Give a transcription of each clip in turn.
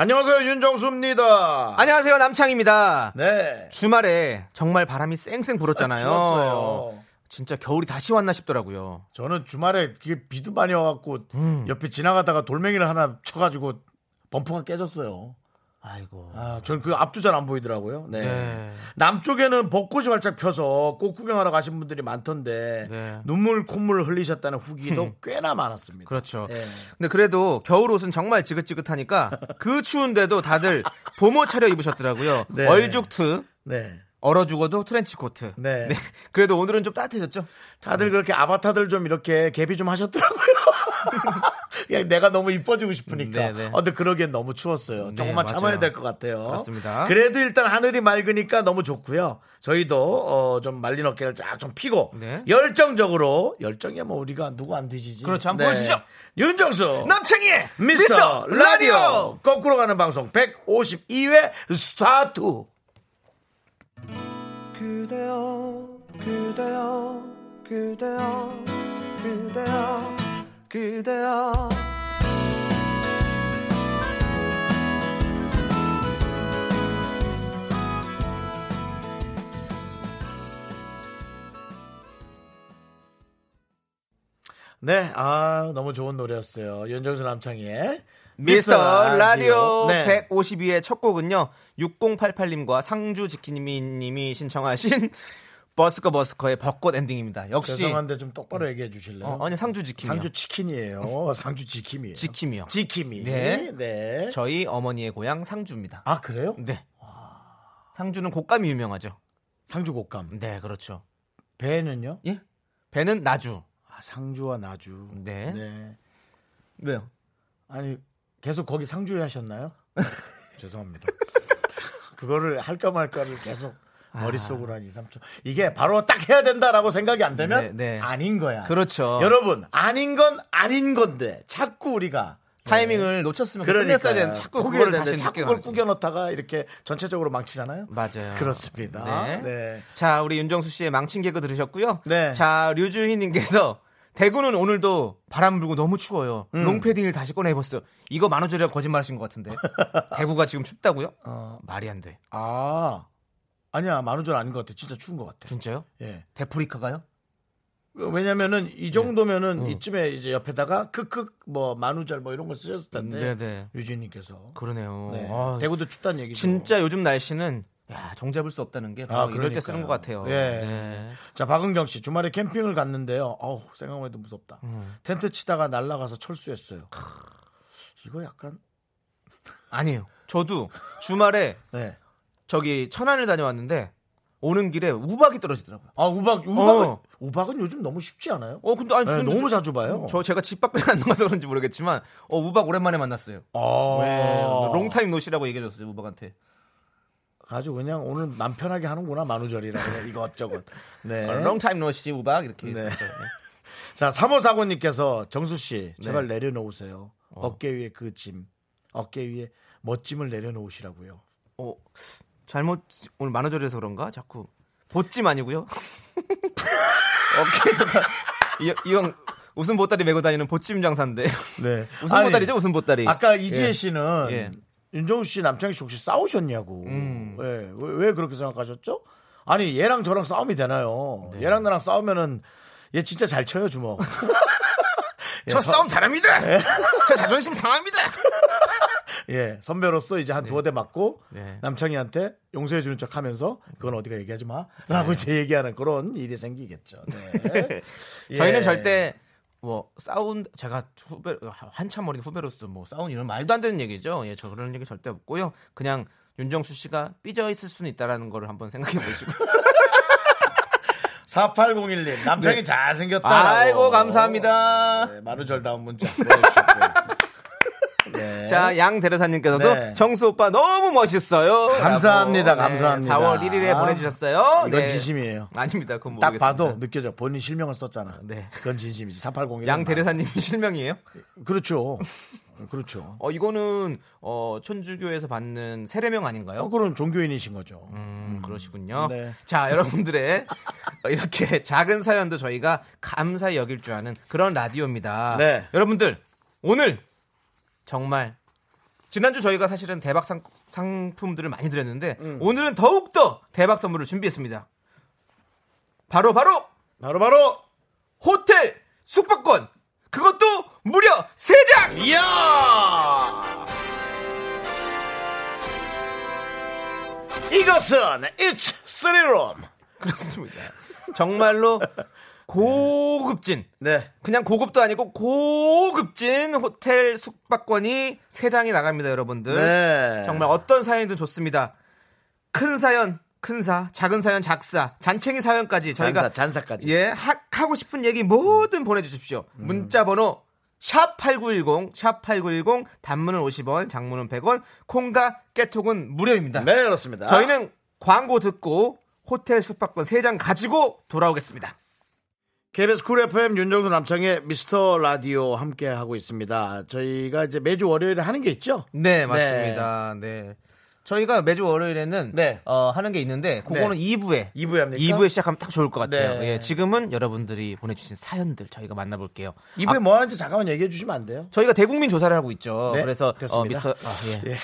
안녕하세요 윤정수입니다 아. 안녕하세요 남창입니다. 네 주말에 정말 바람이 쌩쌩 불었잖아요. 추웠어요. 진짜 겨울이 다시 왔나 싶더라고요. 저는 주말에 이게 비도 많이 와갖고 음. 옆에 지나가다가 돌멩이를 하나 쳐가지고 범퍼가 깨졌어요 아이고. 아, 저는 그 앞도 잘 안 보이더라고요. 네. 네. 남쪽에는 벚꽃이 활짝 펴서 꽃 구경하러 가신 분들이 많던데 네. 눈물 콧물 흘리셨다는 후기도 꽤나 많았습니다. 그렇죠. 예. 근데 그래도 겨울 옷은 정말 지긋지긋하니까 그 추운데도 다들 보모 차려 입으셨더라고요. 네. 얼죽트, 네. 얼어 죽어도 트렌치 코트. 네. 그래도 오늘은 좀 따뜻해졌죠? 다들 그렇게 아바타들 좀 이렇게 갭이 좀 하셨더라고요. 그냥 내가 너무 이뻐지고 싶으니까. 네, 네. 어, 근데 그러기엔 너무 추웠어요. 네, 조금만 참아야 맞아요. 될 것 같아요. 그렇습니다. 그래도 일단 하늘이 맑으니까 너무 좋고요. 저희도 어, 좀 말린 어깨를 쫙 좀 펴고 네. 열정적으로 열정이야 뭐 우리가 누구 안 뒤지지. 네. 그렇죠. 한번 보여주시죠. 윤정수 남창희의 미스터 라디오 거꾸로 가는 방송 152회 스타트. 그대여 그대여 그대여 그대여 그대여 네, 아 너무 좋은 노래였어요. 윤정수 남창희의 미스터 라디오 네. 152의 첫 곡은요. 6088님과 상주지키님이 신청하신 버스커 버스커의 벚꽃 엔딩입니다. 역시 죄송한데 좀 똑바로 얘기해 주실래요? 어, 아니 상주지킴이요. 상주 치킨이에요. 상주 지킴이에요. 지킴이요. 지킴이. 네. 네. 저희 어머니의 고향 상주입니다. 아 그래요? 네. 상주는 곶감이 유명하죠. 상주 곶감. 네, 그렇죠. 배는요? 예? 배는 나주. 아, 상주와 나주. 네. 왜요? 아니 계속 거기 상주에 하셨나요? 죄송합니다. 그거를 할까 말까를 계속 아. 머릿속으로 한 2, 3초. 이게 바로 딱 해야 된다라고 생각이 안 되면 네, 네. 아닌 거야. 그렇죠. 여러분, 아닌 건 아닌 건데 자꾸 우리가 타이밍을 놓쳤으면 끝냈어야 되는 자꾸 포기해야 네. 그거를 다시 되는데 자꾸 느껴가지고. 그걸 꾸겨넣다가 이렇게 전체적으로 망치잖아요. 맞아요. 그렇습니다. 네. 네. 자, 우리 윤정수 씨의 망친 개그 들으셨고요. 네. 자, 류주희 님께서 대구는 오늘도 바람 불고 너무 추워요. 음. 롱패딩을 다시 꺼내 입었어요. 이거 만우절이라 거짓말하신 것 같은데. 대구가 지금 춥다고요? 어, 말이 안 돼. 아 아니야 만우절 아닌 것 같아. 진짜 추운 것 같아. 진짜요? 음, 예. 데프리카가요? 왜냐면은 이 예. 정도면은 어. 이쯤에 이제 옆에다가 크크 뭐 만우절 뭐 이런 걸 쓰셨을 텐데 네, 네. 유진님께서 그러네요. 네. 아, 대구도 춥단 얘기죠. 진짜 요즘 날씨는 야, 종잡을 수 없다는 게 바로 아, 이럴 그러니까요. 때 쓰는 것 같아요. 예. 네. 자 박은경 씨 주말에 캠핑을 갔는데요. 어우 생각만 해도 무섭다. 음. 텐트 치다가 날아가서 철수했어요. 이거 약간 아니에요. 저도 주말에 네. 저기 천안을 다녀왔는데 오는 길에 우박이 떨어지더라고요. 아 우박 우박은 어. 우박은 요즘 너무 쉽지 않아요? 어 근데 아니 네, 근데 너무 저- 자주 봐요. 저 제가 집 밖에 안 나가서 그런지 모르겠지만 어 우박 오랜만에 만났어요. 아. 네, 롱타임 노시라고 얘기해줬어요 우박한테. 아주 그냥 오늘 남 편하게 하는구나 만우절이라 그냥 이것저것. 네. 어, 아, 롱타임 노시 우박 이렇게. 네. 했었죠. 자 3호사고님께서 정수 씨 제발 네. 내려놓으세요. 어깨 위에 그 짐, 어깨 위에 멋짐을 내려놓으시라고요. 어 잘못 오늘 만우절에서 그런가 자꾸 보찜 아니고요. 어깨에다가 이형 웃음 보따리 메고 다니는 보찜 장사인데. 네. 웃음 아니, 보따리죠 웃음 보따리. 아까 이지혜 예. 씨는 예. 윤정우 씨, 남창희 씨 혹시 싸우셨냐고. 예. 왜, 왜 그렇게 생각하셨죠? 아니 얘랑 저랑 싸움이 되나요? 얘랑 나랑 싸우면은 얘 진짜 잘 쳐요 주먹. 저 싸움 잘합니다. 저 자존심 상합니다. 예, 선배로서 이제 한 두어 대 맞고 네. 남창희한테 용서해 주는 척 하면서 그건 어디가 얘기하지 마. 네. 라고 이제 얘기하는 그런 일이 생기겠죠. 네. 예. 저희는 절대 뭐 싸운 제가 후배 한참 어린 후배로서 뭐 싸운 이런 말도 안 되는 얘기죠. 예, 저 그런 얘기 절대 없고요. 그냥 윤정수 씨가 삐져 있을 수는 있다라는 거를 한번 생각해 보시고. 4801님 남창희 네. 잘생겼다. 아이고 감사합니다. 만우절 다음 문자 보내주셨고요. 네. 자, 양 대리사님께서도 네. 정수 오빠 너무 멋있어요. 감사합니다, 라고, 감사합니다. 4월 1일에 아, 보내주셨어요. 네. 이건 진심이에요. 아닙니다. 그건 딱 모르겠습니다. 봐도 느껴져. 본인 실명을 썼잖아. 네. 그건 진심이지. 4801. 양 대리사님이 실명이에요? 그렇죠. 그렇죠. 어, 이거는 어, 천주교에서 받는 세례명 아닌가요? 어, 그런 종교인이신 거죠. 음, 그러시군요. 네. 자, 여러분들의 이렇게 작은 사연도 저희가 감사히 여길 줄 아는 그런 라디오입니다. 네. 여러분들, 오늘 정말 지난주 저희가 사실은 대박 상, 상품들을 많이 드렸는데 음. 오늘은 더욱더 대박 선물을 준비했습니다. 바로 바로 바로 바로 호텔 숙박권 그것도 무려 세장 이것은 It's 쓰리룸. 그렇습니다. 정말로 고급진 네. 그냥 고급도 아니고 고급진 호텔 숙박권이 세장이 나갑니다, 여러분들. 네. 정말 어떤 사연이든 좋습니다. 큰 사연, 큰 사, 작은 사연, 작사, 잔챙이 사연까지 저희가 잔사, 잔사까지. 예, 하, 하고 싶은 얘기 뭐든 보내 주십시오. 음. 문자 번호 샵8910 샵8910 단문은 50원, 장문은 100원, 콩과 깨톡은 무료입니다. 네, 그렇습니다. 저희는 광고 듣고 호텔 숙박권 세 장 가지고 돌아오겠습니다. KBS 쿨 FM 윤정수 남창의 미스터 라디오 함께 하고 있습니다. 저희가 이제 매주 월요일에 하는 게 있죠? 네, 맞습니다. 네. 저희가 매주 월요일에는 네. 어, 하는 게 있는데 그거는 네. 2부에 2부에 합니까? 2부에 시작하면 딱 좋을 것 같아요. 네. 예, 지금은 여러분들이 보내주신 사연들 저희가 만나볼게요. 이분이 아, 뭐 하는지 잠깐만 얘기해 주시면 안 돼요? 저희가 대국민 조사를 하고 있죠. 네, 그래서 어, 됐습니다. 미스터 아, 예. 예.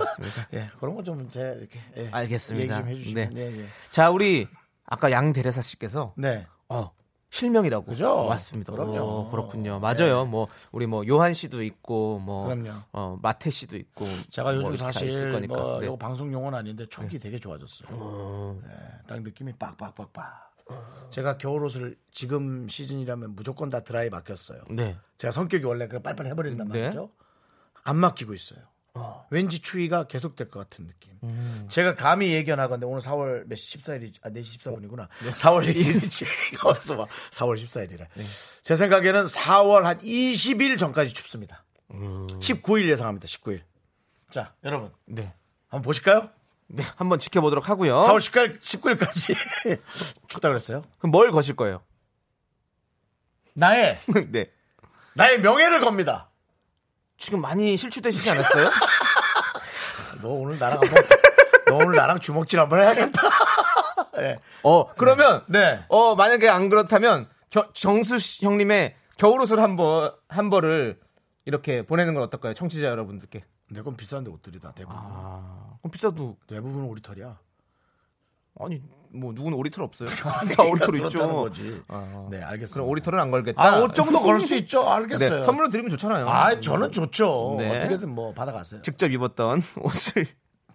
맞습니다. 예, 그런 거 좀 제가 이렇게 예, 알겠습니다. 얘기 좀 해주시면 네. 예, 예. 자 우리 아까 양 대레사 씨께서 네. 어, 실명이라고. 그죠? 맞습니다. 그럼요. 네. 어, 그렇군요. 맞아요. 뭐 우리 뭐 요한 씨도 있고 뭐 그럼요. 어, 마태 씨도 있고 제가 뭐 요즘 이렇게 다 있을 사실 거니까. 뭐 네. 이거 방송 용어는 아닌데 촉이 되게 좋아졌어요. 예, 딱 느낌이 빡빡빡빡. 제가 겨울옷을 지금 시즌이라면 무조건 다 드라이 맡겼어요. 네. 제가 성격이 원래 그 빨빨 해버린단 네. 말이죠. 안 맡기고 있어요. 왠지 추위가 계속될 것 같은 느낌. 제가 감히 예견하건데 오늘 4월 몇 시? 14일이 아 4시 14분이구나. 4월 1일이지. 어서 봐. 4월 14일이라. 제 생각에는 4월 한 20일 전까지 춥습니다. 19일 예상합니다. 19일. 자, 여러분. 네. 한번 보실까요? 네, 한번 지켜보도록 하고요. 4월 19일, 19일까지 춥다 그랬어요. 그럼 뭘 거실 거예요? 나의 네. 나의 명예를 겁니다. 지금 많이 실추되시지 않았어요? 너 오늘 나랑 한번 너 오늘 나랑 주먹질 한번 해야겠다. 예. 어, 그러면 네. 어, 만약에 안 그렇다면 겨- 정수 씨 형님의 겨울옷을 한벌 한 벌을 이렇게 보내는 건 어떨까요? 청취자 여러분들께. 내 건 비싼데 옷들이 다 대부분 아. 아. 그럼 비싸도 대부분 우리 털이야. 아니, 뭐 누군 오리털 없어요? 다 오리털 그렇다는 있죠. 거지. 아. 네, 알겠습니다. 그럼 오리털은 안 걸겠다. 아, 옷 정도 걸 수 있죠. 네, 알겠어요. 선물로 드리면 좋잖아요. 음. 아, 저는 좋죠. 네. 어떻게든 뭐 받아가세요. 직접 입었던 옷을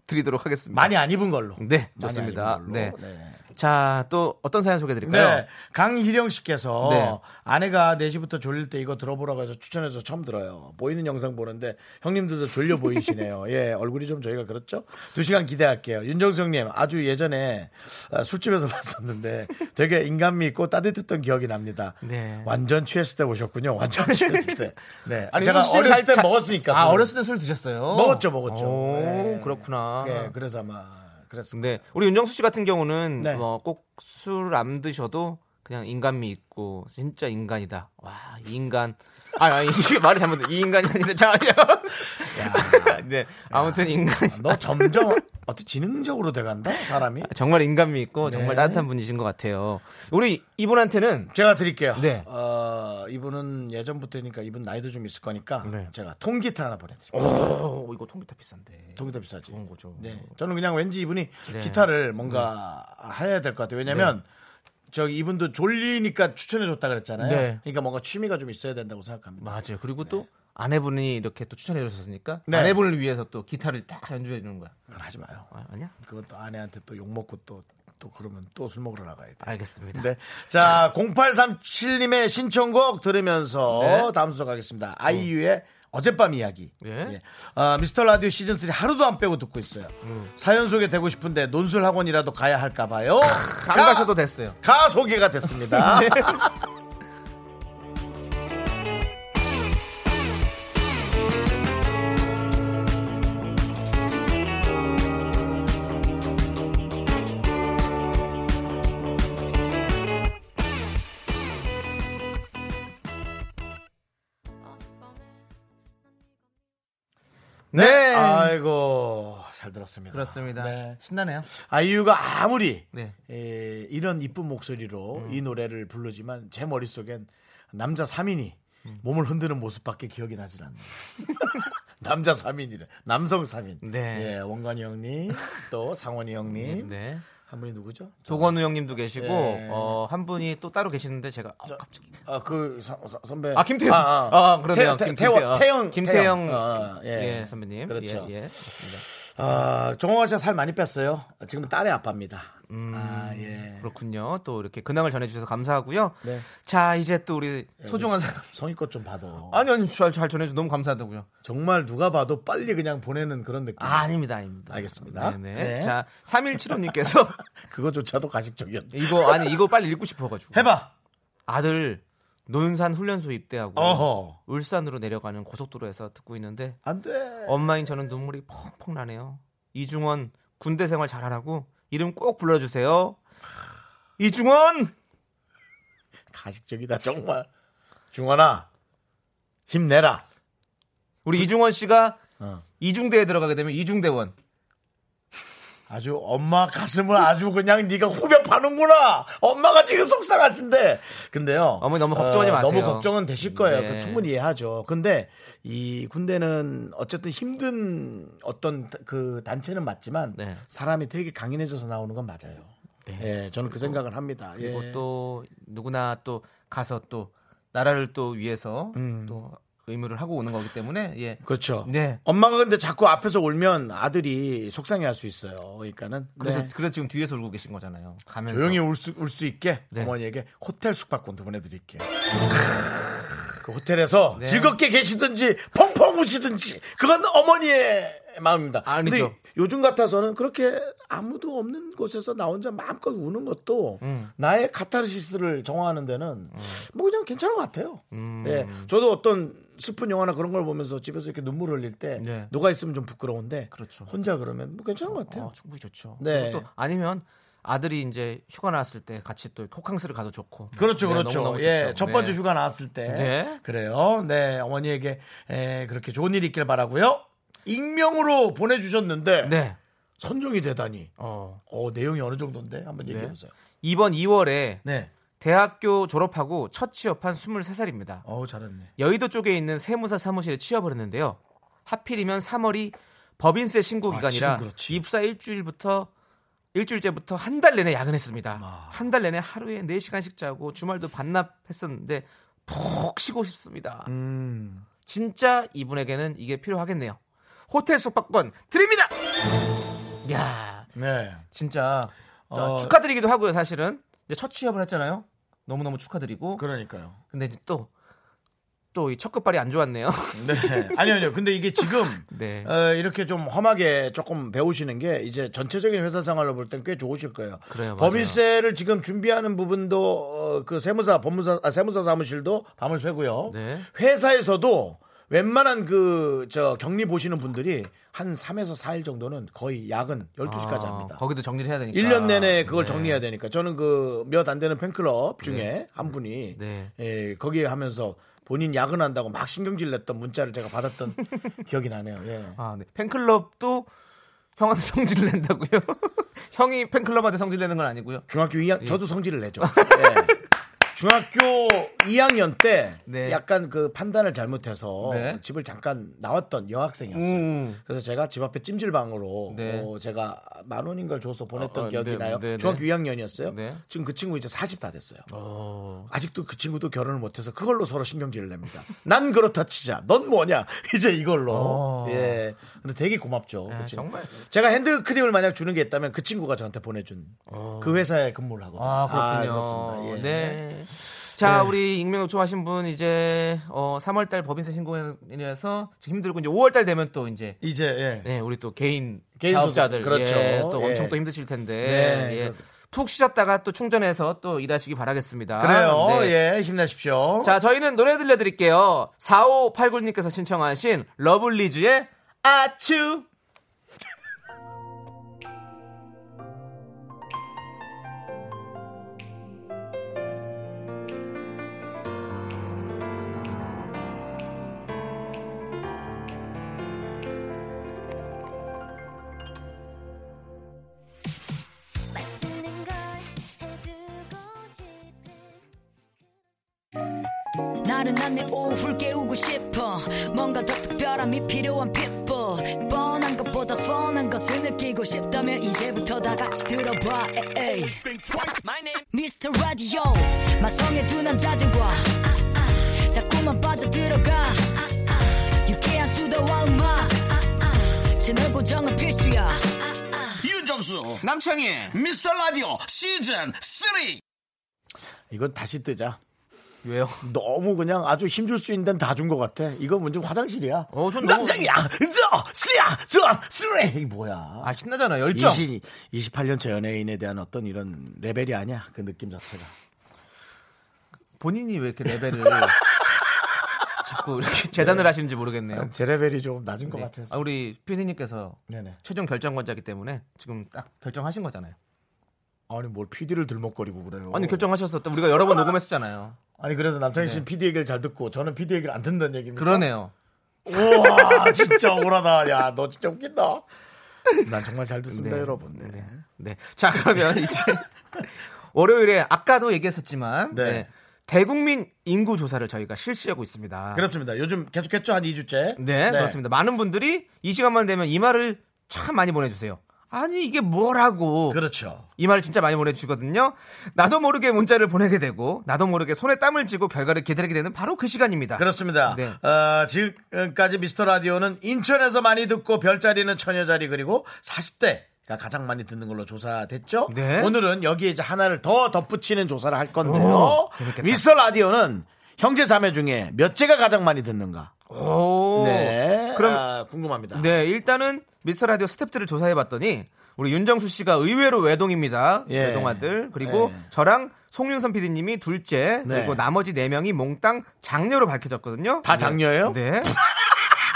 드리도록 하겠습니다. 많이 안 입은 걸로. 네, 많이 좋습니다. 안 입은 걸로. 네. 네. 자, 또 어떤 사연 소개해 드릴까요? 네, 강희령 씨께서 네. 아내가 4시부터 졸릴 때 이거 들어보라고 해서 추천해서 처음 들어요. 보이는 영상 보는데 형님들도 졸려 보이시네요. 예, 얼굴이 좀 저희가 그렇죠? 두 시간 기대할게요. 윤정수 형님, 아주 예전에 아, 술집에서 봤었는데 되게 인간미 있고 따뜻했던 기억이 납니다. 네. 완전 취했을 때 오셨군요. 완전 취했을 때. 네. 아니, 제가 음식 어렸을 잘- 때 잘- 먹었으니까. 아, 술을. 어렸을 때 술 드셨어요? 먹었죠, 먹었죠. 오, 네. 그렇구나. 네. 예, 그래서 아마 그랬습니다. 근데 우리 윤정수 씨 같은 경우는 뭐 네. 꼭 술 안 드셔도 그냥 인간미 있고 진짜 인간이다. 와, 이 인간. 아, 아니, 이게 말이 잘못돼. 이 인간이 아니라 잠깐요. 네. 아무튼 인간 너 점점 어떻게 지능적으로 돼간다? 사람이? 아, 정말 인간미 있고 정말 네. 따뜻한 분이신 것 같아요. 우리 이분한테는 제가 드릴게요. 네. 어, 이분은 예전부터니까 이분 나이도 좀 있을 거니까 네. 제가 통기타 하나 보내드릴게요. 오, 이거 통기타 비싼데. 통기타 비싸지. 좋은 거죠. 네. 저는 그냥 왠지 이분이 음. 네. 음. 기타를 뭔가 해야 될 것 같아요. 왜냐면 저기 이분도 졸리니까 추천해줬다 그랬잖아요. 네. 음. 그러니까 뭔가 취미가 좀 있어야 된다고 생각합니다. 맞아요. 그리고 또 아내분이 이렇게 또 추천해 주셨으니까 네. 아내분을 위해서 또 기타를 딱 연주해 주는 거야. 그건 하지 마요. 아, 아니야? 그건 또 아내한테 또 욕먹고 또, 또 그러면 또 술 먹으러 나가야 돼. 알겠습니다. 네. 자, 0837님의 신청곡 들으면서 네. 다음 순서 가겠습니다. 아이유의 어젯밤 이야기. 예. 예. 아, 미스터 라디오 시즌 3 하루도 안 빼고 듣고 있어요. 음. 사연 소개되고 싶은데 논술 학원이라도 가야 할까 봐요. 안 아, 가셔도 됐어요. 가 소개가 됐습니다. 네. 네. 아이고 잘 들었습니다. 그렇습니다. 아, 네. 신나네요. 아이유가 아무리 네. 음. 에, 이런 이쁜 목소리로 이 노래를 부르지만 제 머릿속엔 남자 3인이 음. 몸을 흔드는 모습밖에 기억이 나질 않네요. 남자 3인이래. 남성 3인. 네. 예, 원관이 형님, 또 상원이 형님. 네. 한 분이 누구죠? 조건우 형님도 계시고 네. 어, 한 분이 또 따로 계시는데 제가 어, 갑자기 아, 그 서- 서- 선배. 아 김태형 아, 그러네요 태, 태, 김- 김태형. 태원- 태영. 김태형 어, 예. 선배님 그렇죠. 예, 예. 맞습니다. 아, 정호가 진짜 살 많이 뺐어요. 지금 딸의 아빠입니다. 음. 아, 예. 그렇군요 또 이렇게 근황을 전해주셔서 감사하고요 네. 자 이제 또 우리 소중한 사람 성의껏 좀 받아. 아니 아니 잘, 잘 전해주셔서 너무 감사하다고요 정말 누가 봐도 빨리 그냥 보내는 그런 느낌. 아, 닙니다 아닙니다 알겠습니다. 네네. 네. 자 3175님께서 그거조차도 가식적이었네. 이거 아니 이거 빨리 읽고 싶어가지고 해봐. 아들 논산 훈련소 입대하고 어허. 울산으로 내려가는 고속도로에서 듣고 있는데 안 돼. 엄마인 저는 눈물이 펑펑 나네요. 이중원 군대 생활 잘하라고 이름 꼭 불러주세요. 이중원 가식적이다 정말. 중원아 힘내라. 우리 이중원 씨가 어. 이중대에 들어가게 되면 이중대원. 아주 엄마 가슴을 아주 그냥 네가 후벼 파는구나. 엄마가 지금 속상하신데. 근데요. 어머니 너무 걱정하지 마세요. 너무 걱정은 되실 거예요. 네. 그 충분히 이해하죠. 근데 이 군대는 어쨌든 힘든 어떤 그 단체는 맞지만 네. 사람이 되게 강인해져서 나오는 건 맞아요. 네. 예, 저는 그 생각을 합니다. 그리고 예. 또 누구나 또 가서 또 나라를 또 위해서 음. 또 의무를 하고 오는 거기 때문에 예. 그렇죠. 네. 엄마가 근데 자꾸 앞에서 울면 아들이 속상해할 수 있어요. 그러니까는 그래서 네. 그래 지금 뒤에서 울고 계신 거잖아요. 가면서 어, 조용히 울 수 울 수 있게 네. 어머니에게 호텔 숙박권도 보내드릴게요. 그 호텔에서 네. 즐겁게 계시든지 펑펑 우시든지 그건 어머니의 마음입니다. 아니죠. 근데 요즘 같아서는 그렇게 아무도 없는 곳에서 나 혼자 마음껏 우는 것도 나의 카타르시스를 정화하는 데는 음. 뭐 그냥 괜찮은 것 같아요. 예, 저도 어떤 슬픈 영화나 그런 걸 보면서 집에서 이렇게 눈물 흘릴 때 네. 누가 있으면 좀 부끄러운데 그렇죠. 혼자 그러면 뭐 괜찮은 것 같아요. 어, 충분히 좋죠. 네. 그리고 또 아니면 아들이 이제 휴가 나왔을 때 같이 또 호캉스를 가도 좋고. 그렇죠, 네, 그렇죠. 너무너무 예, 좋죠. 첫 번째 네. 휴가 나왔을 때. 네. 그래요. 네, 어머니에게 에, 그렇게 좋은 일이 있길 바라고요. 익명으로 보내주셨는데 네. 선정이 되다니. 어. 어, 내용이 어느 정도인데 네. 한번 얘기해 보세요. 이번 2월에 네. 대학교 졸업하고 첫 취업한 23살입니다. 어우 잘했네. 여의도 쪽에 있는 세무사 사무실에 취업을 했는데요. 하필이면 3월이 법인세 신고 아, 기간이라 지금 그렇지. 입사 일주일부터 일주일째부터 한 달 내내 야근했습니다. 아. 한 달 내내 하루에 4시간씩 자고 주말도 반납했었는데 푹 쉬고 싶습니다. 음. 진짜 이분에게는 이게 필요하겠네요. 호텔 숙박권 드립니다. 야, 네. 진짜 저 어, 축하드리기도 하고요 사실은 이제 첫 취업을 했잖아요 너무너무 축하드리고 그러니까요. 근데 이제 또 또 이 첫 끝발이 안 좋았네요 네. 아니요, 아니요. 근데 이게 지금 네. 어, 이렇게 좀 험하게 조금 배우시는 게 이제 전체적인 회사 생활로 볼 땐 꽤 좋으실 거예요. 그래요, 맞아요. 법인세를 지금 준비하는 부분도 어, 그 세무사, 법무사, 아, 세무사 사무실도 밤을 새고요. 네. 회사에서도 웬만한 그 저 격리 보시는 분들이 한 3에서 4일 정도는 거의 야근 12시까지 아, 합니다. 거기도 정리를 해야 되니까 일 년 내내 그걸 네. 정리해야 되니까 저는 그 몇 안 되는 팬클럽 중에 한 분이 네. 예, 거기에 하면서 본인 야근한다고 막 신경질 냈던 문자를 제가 받았던 기억이 나네요. 예. 아, 네. 팬클럽도 형한테 성질을 낸다고요 형이 팬클럽한테 성질 내는 건 아니고요 중학교 2학년 저도 성질을 내죠. 예. 중학교 2학년 때 네. 약간 그 판단을 잘못해서 네. 집을 잠깐 나왔던 여학생이었어요. 음. 그래서 제가 집 앞에 찜질방으로 네. 어, 제가 만 원인걸 줘서 보냈던 어, 어, 기억이 네, 나요. 네, 네. 중학교 2학년이었어요. 네. 지금 그 친구 이제 40 다 됐어요. 어... 아직도 그 친구도 결혼을 못해서 그걸로 서로 신경질을 냅니다. 난 그렇다 치자. 넌 뭐냐? 이제 이걸로. 어. 예. 근데 되게 고맙죠. 아, 그 친구. 정말. 제가 핸드크림을 만약 주는 게 있다면 그 친구가 저한테 보내준 그 회사에 근무를 하거든요. 어. 아 그렇군요 그렇습니다. 예. 네. 자 우리 익명 요청하신 분 이제 어, 3월달 법인세 신고인이라서 지금 힘들고 이제 5월달 되면 또 이제 이제 예. 네, 우리 또 개인, 개인 사업자들 소득, 그렇죠. 예, 또 예. 엄청 또 힘드실 텐데 네, 예. 그렇습니다. 푹 쉬셨다가 또 충전해서 또 일하시기 바라겠습니다. 그래요. 네. 예. 힘내십시오. 자, 저희는 노래 들려드릴게요. 4589님께서 신청하신 러블리즈의 아츄. 나른한 내 오후를 깨우고 싶어 뭔가 더 특별함이 필요한 people 뻔한 것보다 뻔한 것을 느끼고 싶다면 이제부터 다 같이 들어봐 에이. Mr. Radio 마성의 두 남자들과 아, 아, 자꾸만 빠져들어가 아, 아, 유쾌한 수다와 음악 아, 아, 채널 고정은 필수야 윤정수 남창희 미스터 라디오 시즌 3 이건 다시 뜨자 왜요? 너무 그냥 아주 힘줄 수 있는 데는 다 준 것 같아 이건 먼저 화장실이야 어, 전 너무- 남장이야 저 쓰야 저 쓰레 이게 뭐야 아 신나잖아 열정. 20, 28년차 연예인에 대한 어떤 이런 레벨이 아니야 그 느낌 자체가 본인이 왜 이렇게 레벨을 자꾸 이렇게 재단을 하시는지 모르겠네요. 제 레벨이 조금 낮은 것 우리- 아, 같아서 아, 우리 피디님께서 네네 최종 결정권자기 때문에 지금 딱 결정하신 거잖아요. 아니 뭘 PD를 들먹거리고 그래요 아니 결정하셨어. 또 우리가 여러 번 녹음했었잖아요. 아니 그래서 남창희 씨는 PD 얘기를 잘 듣고 저는 PD 얘기를 안 듣는 얘기입니다 네. 그러네요. 우와 진짜 억울하다 야 너 진짜 웃긴다 난 정말 잘 듣습니다 여러분 네. 네. 네. 자 그러면 이제 월요일에 아까도 얘기했었지만 네. 네. 대국민 인구 조사를 저희가 실시하고 있습니다. 그렇습니다 요즘 계속했죠 한 2주째 네, 그렇습니다. 많은 분들이 이 시간만 되면 이 말을 참 많이 보내주세요. 아니 이게 뭐라고 그렇죠 이 말을 진짜 많이 보내주시거든요. 나도 모르게 문자를 보내게 되고 나도 모르게 손에 땀을 쥐고 결과를 기다리게 되는 바로 그 시간입니다. 그렇습니다 네. 어, 지금까지 미스터 라디오는 인천에서 많이 듣고 별자리는 처녀자리 그리고 40대 가 가장 많이 듣는 걸로 조사됐죠. 네. 오늘은 여기에 이제 하나를 더 덧붙이는 조사를 할 건데요. 오, 재밌겠다. 미스터 라디오는 형제 자매 중에 몇째가 가장 많이 듣는가? 오. 네. 그럼 아, 궁금합니다. 네, 일단은 미스터 라디오 스탭들을 조사해 봤더니 우리 윤정수 씨가 의외로 외동입니다. 예. 외동아들. 그리고 예. 저랑 송윤선 PD님이 둘째, 네. 그리고 나머지 네 명이 몽땅 장녀로 밝혀졌거든요. 다 네. 장녀예요? 네.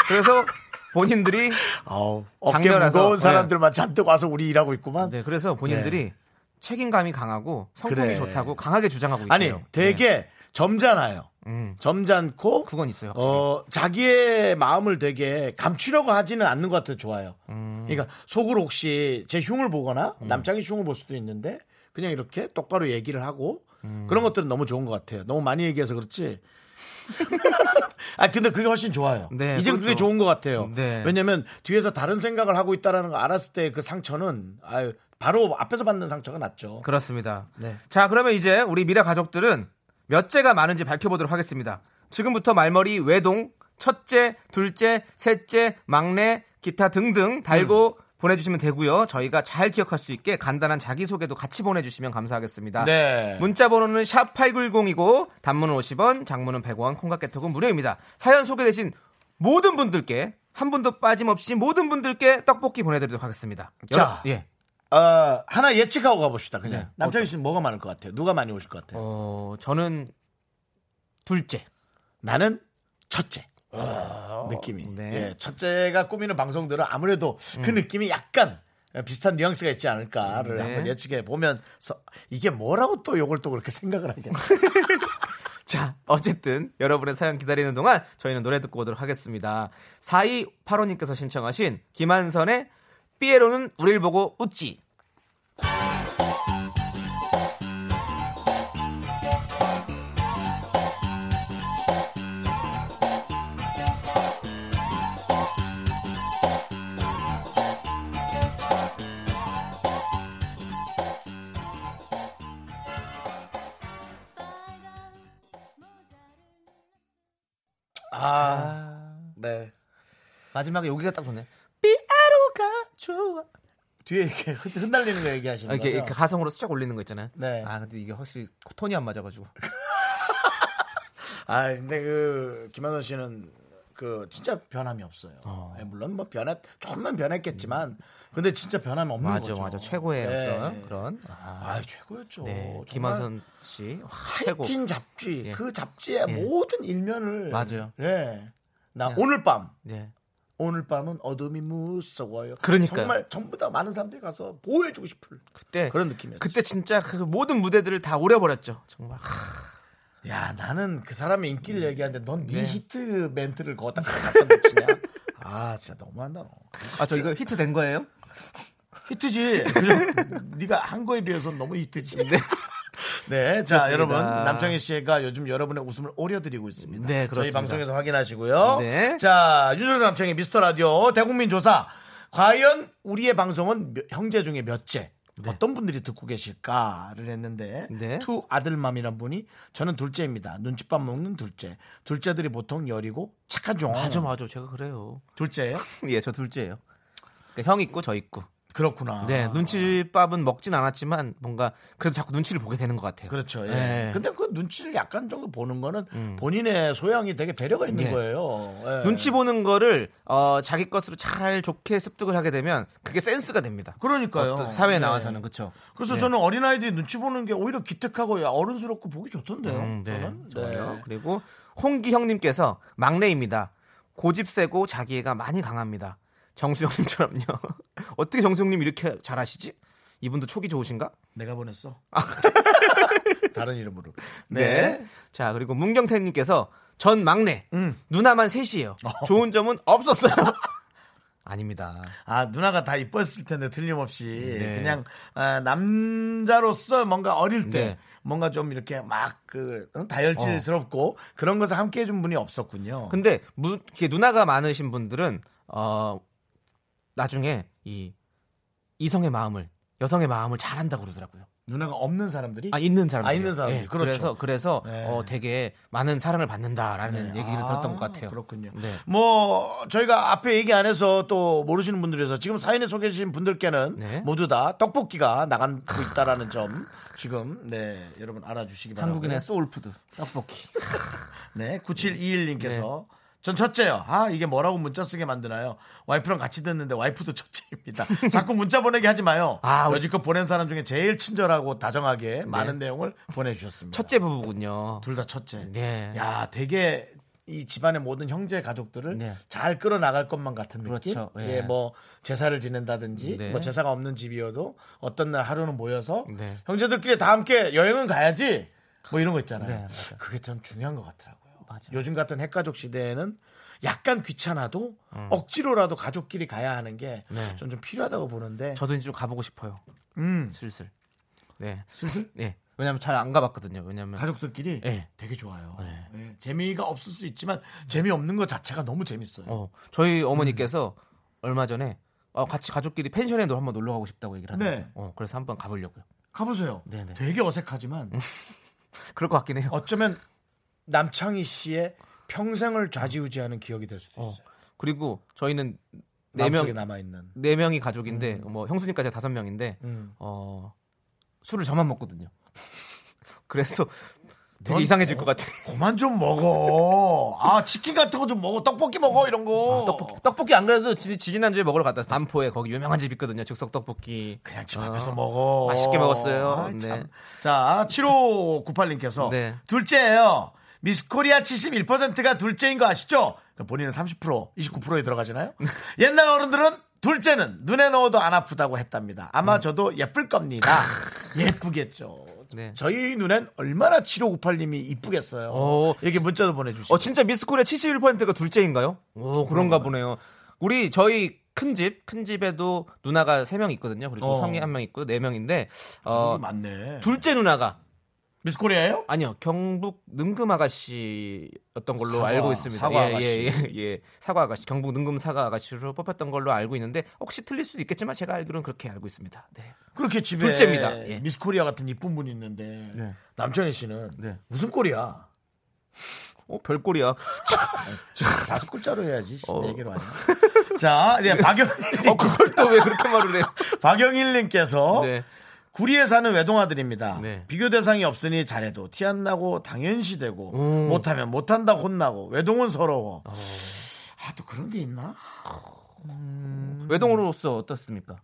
그래서 본인들이 아우, 어깨 장녀라서. 무거운 네. 사람들만 잔뜩 와서 우리 일하고 있구만. 네, 그래서 본인들이 책임감이 강하고 성품이 그래. 좋다고 강하게 주장하고 있어요. 아니, 되게 점잖아요. 음. 점잖고 그건 있어요. 확실히. 어, 자기의 마음을 되게 감추려고 하지는 않는 것 같아 좋아요. 그러니까 속으로 혹시 제 흉을 보거나 남장이 흉을 볼 수도 있는데 그냥 이렇게 똑바로 얘기를 하고 그런 것들은 너무 좋은 것 같아요. 너무 많이 얘기해서 그렇지. 아 근데 그게 훨씬 좋아요. 네, 이제 그게 그렇죠. 좋은 것 같아요. 네. 왜냐면 뒤에서 다른 생각을 하고 있다라는 걸 알았을 때 그 상처는 아유 바로 앞에서 받는 상처가 낫죠. 그렇습니다. 네. 자, 그러면 이제 우리 미라 가족들은 몇째가 많은지 밝혀보도록 하겠습니다. 지금부터 말머리 외동, 첫째, 둘째, 셋째, 막내, 기타 등등 달고 음. 보내주시면 되고요. 저희가 잘 기억할 수 있게 간단한 자기소개도 같이 보내주시면 감사하겠습니다. 네. 문자 번호는 샵 8910이고 단문은 50원, 장문은 100원, 콩깍개톡은 무료입니다. 사연 소개되신 모든 분들께 한 분도 빠짐없이 모든 분들께 떡볶이 보내드리도록 하겠습니다. 자. 예. 어, 하나 예측하고 가봅시다. 그냥 네. 남창희 씨는 뭐가 많을 것 같아요? 누가 많이 오실 것 같아요? 어, 저는 둘째. 나는 첫째. 느낌이. 네. 음. 예, 첫째가 꾸미는 방송들은 아무래도 그 느낌이 약간 비슷한 뉘앙스가 있지 않을까를 네. 한번 예측해 보면서 이게 뭐라고 또 요걸 또 그렇게 생각을 하겠나. 자, 어쨌든 여러분의 사연 기다리는 동안 저희는 노래 듣고 오도록 하겠습니다. 4285님께서 신청하신 김한선의 삐에로는 우릴 보고 웃지. 아, 네. 마지막에 여기가 딱 좋네. 삐에로가 좋아. 아, 뒤에 이렇게 흔- 흩날리는 거 얘기하시는 이렇게, 거죠? 이렇게 가성으로 수작 올리는 거 있잖아요. 네. 아, 근데 이게 확실히 톤이 안 맞아가지고. 아, 근데 그 김한선 씨는 그 진짜 변함이 없어요. 예, 물론 뭐 변했 조금만 변했겠지만 근데 진짜 변함이 없는 음. 맞아, 거죠. 맞아. 최고의 예. 어떤 그런. 아, 아, 최고였죠. 네. 정말. 김한선 씨. 와, 최고. 하이틴 잡지 예. 그 잡지의 모든 일면을 맞아요. 예. 나 예. 오늘 밤 네. 오늘 밤은 어둠이 무서워요. 그러니까요. 정말 전부 다 많은 사람들이 가서 보호해주고 싶을 그때. 그런 느낌이었죠. 그때 진짜 그 모든 무대들을 다 오려버렸죠. 정말. 아, 야 나는 그 사람의 인기를 얘기하는데 넌 네 히트 멘트를 거기다 갖다 붙이냐? 아 진짜 너무한다 너. 아, 저 이거 히트 된 거예요? 히트지. 그죠? 네가 한 거에 비해서 는 너무 히트지. 네, 자 네. 그렇습니다. 여러분 남창희 씨가 요즘 여러분의 웃음을 오려드리고 있습니다. 네, 그렇습니다. 저희 방송에서 확인하시고요. 네. 자 윤정 남창희 미스터 라디오 대국민 조사. 과연 우리의 방송은 몇- 형제 중에 몇째? 어떤 분들이 듣고 계실까를 했는데 네. 투 아들맘이란 분이 저는 둘째입니다. 눈칫밥 먹는 둘째. 둘째들이 보통 열이고 착하죠. 맞아 맞아 제가 그래요. 둘째예요? 예, 저 둘째예요. 그러니까 형 있고 저 있고. 그렇구나. 네, 눈치밥은 먹진 않았지만 뭔가 그래도 자꾸 눈치를 보게 되는 것 같아요. 그렇죠. 예. 예. 근데 그 눈치를 약간 정도 보는 거는 본인의 소양이 되게 배려가 있는 예. 거예요. 예. 눈치 보는 거를 어, 자기 것으로 잘 좋게 습득을 하게 되면 그게 센스가 됩니다. 그러니까요. 어떤 사회에 예. 나와서는 그렇죠. 그래서 저는 어린아이들이 눈치 보는 게 오히려 기특하고 어른스럽고 보기 좋던데요. 음, 네. 저는. 좋아요. 네. 그리고 홍기 형님께서 막내입니다. 고집 세고 자기애가 많이 강합니다. 정수 형님처럼요. 어떻게 정수 형님 이렇게 잘하시지? 이분도 촉이 좋으신가? 내가 보냈어. 아. 다른 이름으로. 네. 자 그리고 문경태님께서 전 막내 음. 어. 누나만 셋이에요. 좋은 점은 없었어요. 아닙니다. 아 누나가 다 이뻤을 텐데 틀림없이 네. 그냥 아, 남자로서 뭔가 어릴 때 네. 뭔가 좀 이렇게 막그 다혈질스럽고 그런 것을 함께해 준 분이 없었군요. 어. 근데 무, 이렇게 누나가 많으신 분들은 어 나중에 이 이성의 마음을 여성의 마음을 잘한다 고 그러더라고요. 누나가 없는 사람들이 아 있는 사람 아, 있는 사람들. 그렇죠. 래서 그래서 네. 어 되게 많은 사랑을 받는다라는 얘기를 들었던 것 네. 같아요. 그렇군요. 네. 뭐 저희가 앞에 얘기 안 해서 또 모르시는 분들에서 지금 사연에 소개해주신 분들께는 네. 모두 다 떡볶이가 나가고 있다라는 점 지금 네 여러분 알아주시기 바랍니다. 한국인의 소울푸드 네. 떡볶이. 네 9721님께서 네. 전 첫째요. 아 이게 뭐라고 문자 쓰게 만드나요? 와이프랑 같이 듣는데 와이프도 첫째입니다. 자꾸 문자 보내게 하지 마요. 아, 우리- 네. 여지껏 보낸 사람 중에 제일 친절하고 다정하게 많은 내용을 보내주셨습니다. 첫째 부부군요. 둘 다 첫째. 네. 야, 되게 이 집안의 모든 형제 가족들을 네. 잘 끌어 나갈 것만 같은 느낌. 그렇죠. 예. 예. 뭐 제사를 지낸다든지 네. 뭐 제사가 없는 집이어도 어떤 날 하루는 모여서 네. 형제들끼리 다 함께 여행은 가야지. 뭐 이런 거 있잖아요. 네, 맞아요. 그게 참 중요한 것 같더라고요. 맞아요. 요즘 같은 핵가족 시대에는 약간 귀찮아도 억지로라도 가족끼리 가야 하는 게 전 음. 네. 좀 필요하다고 보는데 저도 이제 좀 가보고 싶어요. 음, 슬슬. 네. 슬슬 네. 왜냐면 잘 안 가봤거든요. 왜냐면 가족들끼리 예. 되게 좋아요. 네. 예, 재미가 없을 수 있지만 재미없는 것 자체가 너무 재밌어요. 어, 저희 어머니께서 얼마 전에 어, 같이 가족끼리 펜션에도 한번 놀러 가고 싶다고 얘기를 하더라고요. 네. 어, 그래서 한번 가보려고요. 가보세요. 네네. 음. 되게 어색하지만 그럴 것 같긴 해요. 어쩌면 남창희 씨의 평생을 좌지우지하는 기억이 될 수도 어, 있어요. 그리고 저희는 네 마음속에 명, 남아있는. 네 명이 가족인데 뭐 형수님까지 다섯 명인데 음. 어, 술을 저만 먹거든요. 그래서 되게 넌 이상해질 것 같아요. 그만 좀 먹어. 아 치킨 같은 거 좀 먹어. 떡볶이 먹어 이런 거. 아, 떡볶이, 떡볶이 안 그래도 지, 지난주에 먹으러 갔다 왔어요. 반포에 거기 유명한 집 있거든요. 즉석 떡볶이. 그냥 집 앞에서 어. 먹어. 맛있게 먹었어요. 아, 네. 참. 자, 7598님께서 네. 둘째예요. 미스코리아 71%가 둘째인 거 아시죠? 그럼 본인은 30%, 29%에 들어가시나요? 옛날 어른들은 둘째는 눈에 넣어도 안 아프다고 했답니다. 아마 음. 저도 예쁠 겁니다. 예쁘겠죠. 네. 저희 눈엔 얼마나 7598님이 이쁘겠어요. 오. 이렇게 문자도 보내주시고. 어 진짜 미스코리아 71%가 둘째인가요? 오 그런가 보네요. 우리 저희 큰 집, 큰 집에도 누나가 세 명 있거든요. 그리고 어. 형이 한 명 있고 네 명인데 어, 어 맞네. 둘째 누나가 미스코리아예요? 아니요 경북 능금 아가씨였던 걸로 사과, 알고 있습니다. 사과 예, 예, 예, 예. 사과 아가씨, 경북 능금 사과 아가씨로 뽑혔던 걸로 알고 있는데 혹시 틀릴 수도 있겠지만 제가 알기로는 그렇게 알고 있습니다. 네. 그렇게 집에 둘째입니다. 예. 미스코리아 같은 이쁜 분이 있는데 네. 남창희 씨는 네. 무슨 꼴이야? 어 별꼴이야. 다섯 글자로 해야지. 씨, 어. 네 개로 하냐? 자, 네, 박영일, 어 그걸 또 왜 그렇게 말을 해요? 박영일님께서 네. 구리에 사는 외동아들입니다. 네. 비교 대상이 없으니 잘해도 티 안 나고 당연시 되고 음. 못하면 못한다 혼나고 외동은 서러워. 어. 아, 또 그런 게 있나? 외동으로서 어떻습니까?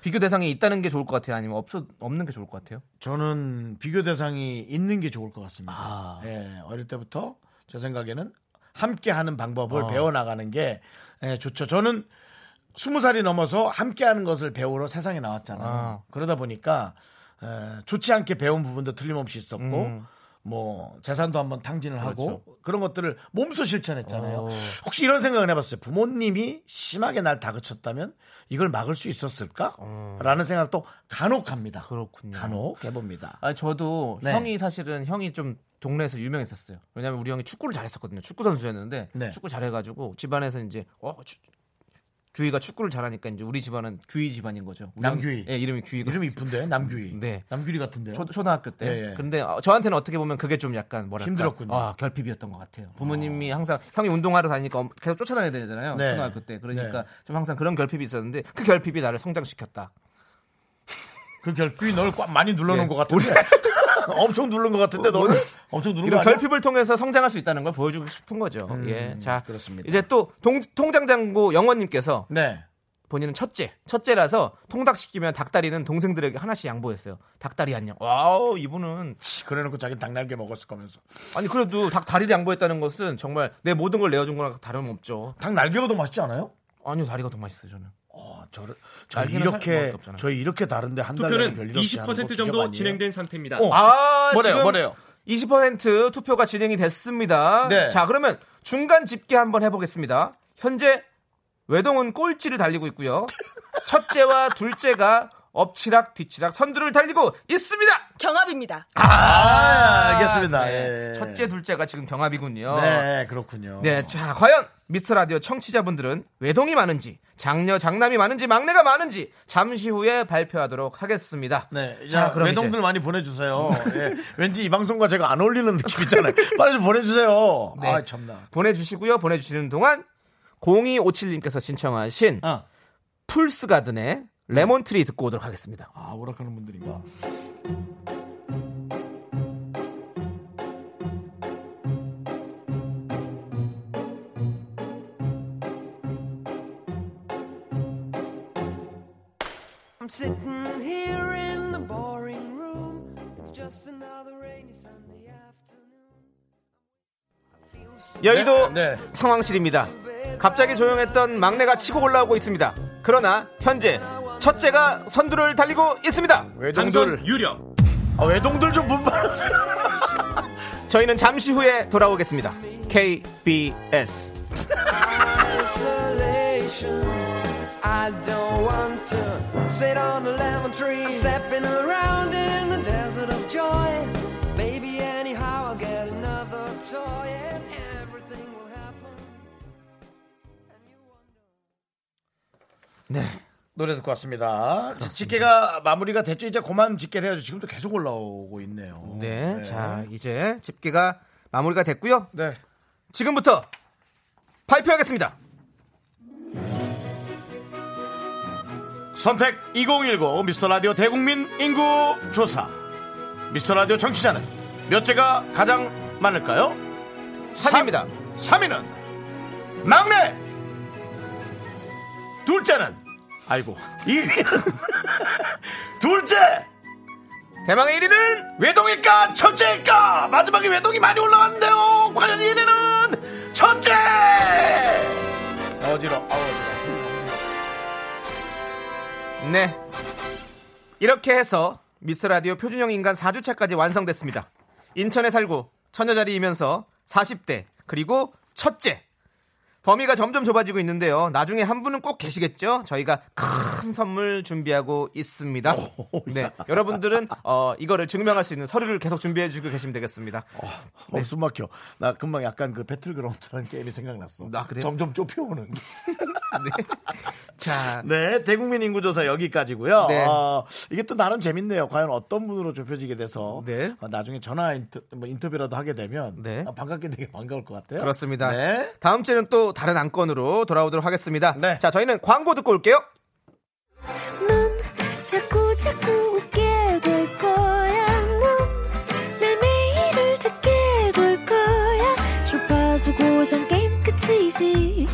비교 대상이 있다는 게 좋을 것 같아요, 아니면 없어 없는 게 좋을 것 같아요? 저는 비교 대상이 있는 게 좋을 것 같습니다. 아. 예, 어릴 때부터 제 생각에는 함께 하는 방법을 어. 배워나가는 게 예, 좋죠. 저는 스무 살이 넘어서 함께 하는 것을 배우러 세상에 나왔잖아요. 예, 아. 음. 그러다 보니까 에, 좋지 않게 배운 부분도 틀림없이 있었고 뭐 재산도 한번 탕진을 그렇죠. 하고 그런 것들을 몸소 실천했잖아요. 오. 혹시 이런 생각을 해봤어요. 부모님이 심하게 날 다그쳤다면 이걸 막을 수 있었을까라는 생각도 간혹 합니다. 어. 그렇군요. 간혹 해봅니다. 아 저도 네. 형이 사실은 형이 좀 동네에서 유명했었어요. 왜냐면 우리 형이 축구를 잘했었거든요. 축구 선수였는데 네. 축구 잘해가지고 집안에서 이제 어 주, 규희가 축구를 잘하니까 이제 우리 집안은 규희 집안인 거죠. 우리 남규희. 형이- 예 이름이 규희가. 이름 이쁜데 남규리. 네. 남규리 같은데요. 초, 초등학교 때. 예, 예. 근데 어, 저한테는 어떻게 보면 그게 좀 약간 뭐랄까 힘들었군요. 어. 아, 결핍이었던 것 같아요. 부모님이 항상 형이 운동하러 다니니까 엄- 계속 쫓아다녀야 되잖아요. 네. 초등학교 때. 그러니까 네. 좀 항상 그런 결핍이 있었는데 그 결핍이 나를 성장시켰다. 그 결핍이 널 꽉 많이 눌러놓은 예. 것 같은데. 엄청 누른 것 같은데 너는 엄청 누른 거 이런 아니야? 결핍을 통해서 성장할 수 있다는 걸 보여주고 싶은 거죠. 예. 자, 그렇습니다. 이제 또 동, 통장장고 영원님께서 네. 본인은 첫째, 첫째라서 통닭 시키면 닭다리는 동생들에게 하나씩 양보했어요. 닭다리 안녕. 와우, 이분은 치, 그래놓고 자기 닭날개 먹었을 거면서 아니 그래도 닭다리를 양보했다는 것은 정말 내 모든 걸 내어준 거랑 다름없죠. 닭날개가 더 맛있지 않아요? 아니요, 다리가 더 맛있어요, 저는. 어, 저를 저 날개는 살- 이렇게 먹을 게 없잖아요. 저희 이렇게 다른데 한 달에 투표는 별일 없이 하는 거 20% 기적 정도 아니에요? 진행된 상태입니다. 어. 아, 뭐래요, 지금 뭐래요? 20% 투표가 진행이 됐습니다. 네. 자, 그러면 중간 집계 한번 해보겠습니다. 현재 외동은 꼴찌를 달리고 있고요. 첫째와 둘째가 엎치락 뒤치락 선두를 달리고 있습니다. 경합입니다. 아, 알겠습니다. 네. 예. 첫째, 둘째가 지금 경합이군요. 네, 그렇군요. 네, 자, 과연 미스터 라디오 청취자분들은 외동이 많은지, 장녀, 장남이 많은지, 막내가 많은지 잠시 후에 발표하도록 하겠습니다. 네, 자, 자, 그럼 외동들 이제- 많이 보내주세요. 예. 왠지 이 방송과 제가 안 어울리는 느낌 있잖아요. 빨리 좀 보내주세요. 네. 아, 참나. 보내주시고요. 보내주시는 동안 0257님께서 신청하신 아, 풀스 가든의 레몬트리 듣고 오도록 하겠습니다. 아 오락하는 분들인가. I'm sitting here in the boring room. It's just another rainy Sunday afternoon. 여의도 네. 상황실입니다. 갑자기 조용했던 막내가 치고 올라오고 있습니다. 그러나 현재 첫째가 선두를 달리고 있습니다. 외동들, 당선 유력. 아, 외동들 좀 분발하세요. 저희는 잠시 후에 돌아오겠습니다. KBS Isolation. I don't want to sit on a lemon tree. I'm stepping around in the desert of joy. Maybe anyhow I'll get another toy and everything will happen. And you wonder. 네. 노래 듣고 왔습니다. 집계가 마무리가 됐죠. 이제 그만 집계를 해야죠. 지금도 계속 올라오고 있네요. 네, 자 이제 집계가 마무리가 됐고요. 네. 지금부터 발표하겠습니다. 선택 2019 미스터 라디오 대국민 인구 조사. 미스터 라디오 정치자는 몇째가 가장 많을까요? 3위입니다. 3위는 막내. 둘째는 아이고 1위는 둘째. 대망의 1위는 외동일까 첫째일까 마지막에 외동이 많이 올라왔는데요. 과연 1위는 첫째. 어지러. 아우 어지러. 네. 이렇게 해서 미스 라디오 표준형 인간 4주차까지 완성됐습니다. 인천에 살고 처녀자리이면서 40대 그리고 첫째 범위가 점점 좁아지고 있는데요. 나중에 한 분은 꼭 계시겠죠. 저희가 큰 선물 준비하고 있습니다. 네, 여러분들은 어, 이거를 증명할 수 있는 서류를 계속 준비해 주고 계시면 되겠습니다. 어, 숨 막혀. 나 금방 약간 그 배틀그라운드라는 게임이 생각났어. 나 그래요? 점점 좁혀오는 게. 네. 자, 네, 대국민 인구조사 여기까지고요. 네. 어, 이게 또 나름 재밌네요. 과연 어떤 분으로 좁혀지게 돼서 네. 어, 나중에 전화 인터, 뭐 인터뷰라도 하게 되면 네. 아, 반갑게 되게 반가울 것 같아요. 그렇습니다. 네. 다음 주에는 또 다른 안건으로 돌아오도록 하겠습니다. 네. 자, 저희는 광고 듣고 올게요. 넌 자꾸 자꾸 웃게 될 거야. 넌내 매일을 듣게 될 거야. 주파수 고정 게임 끝이지.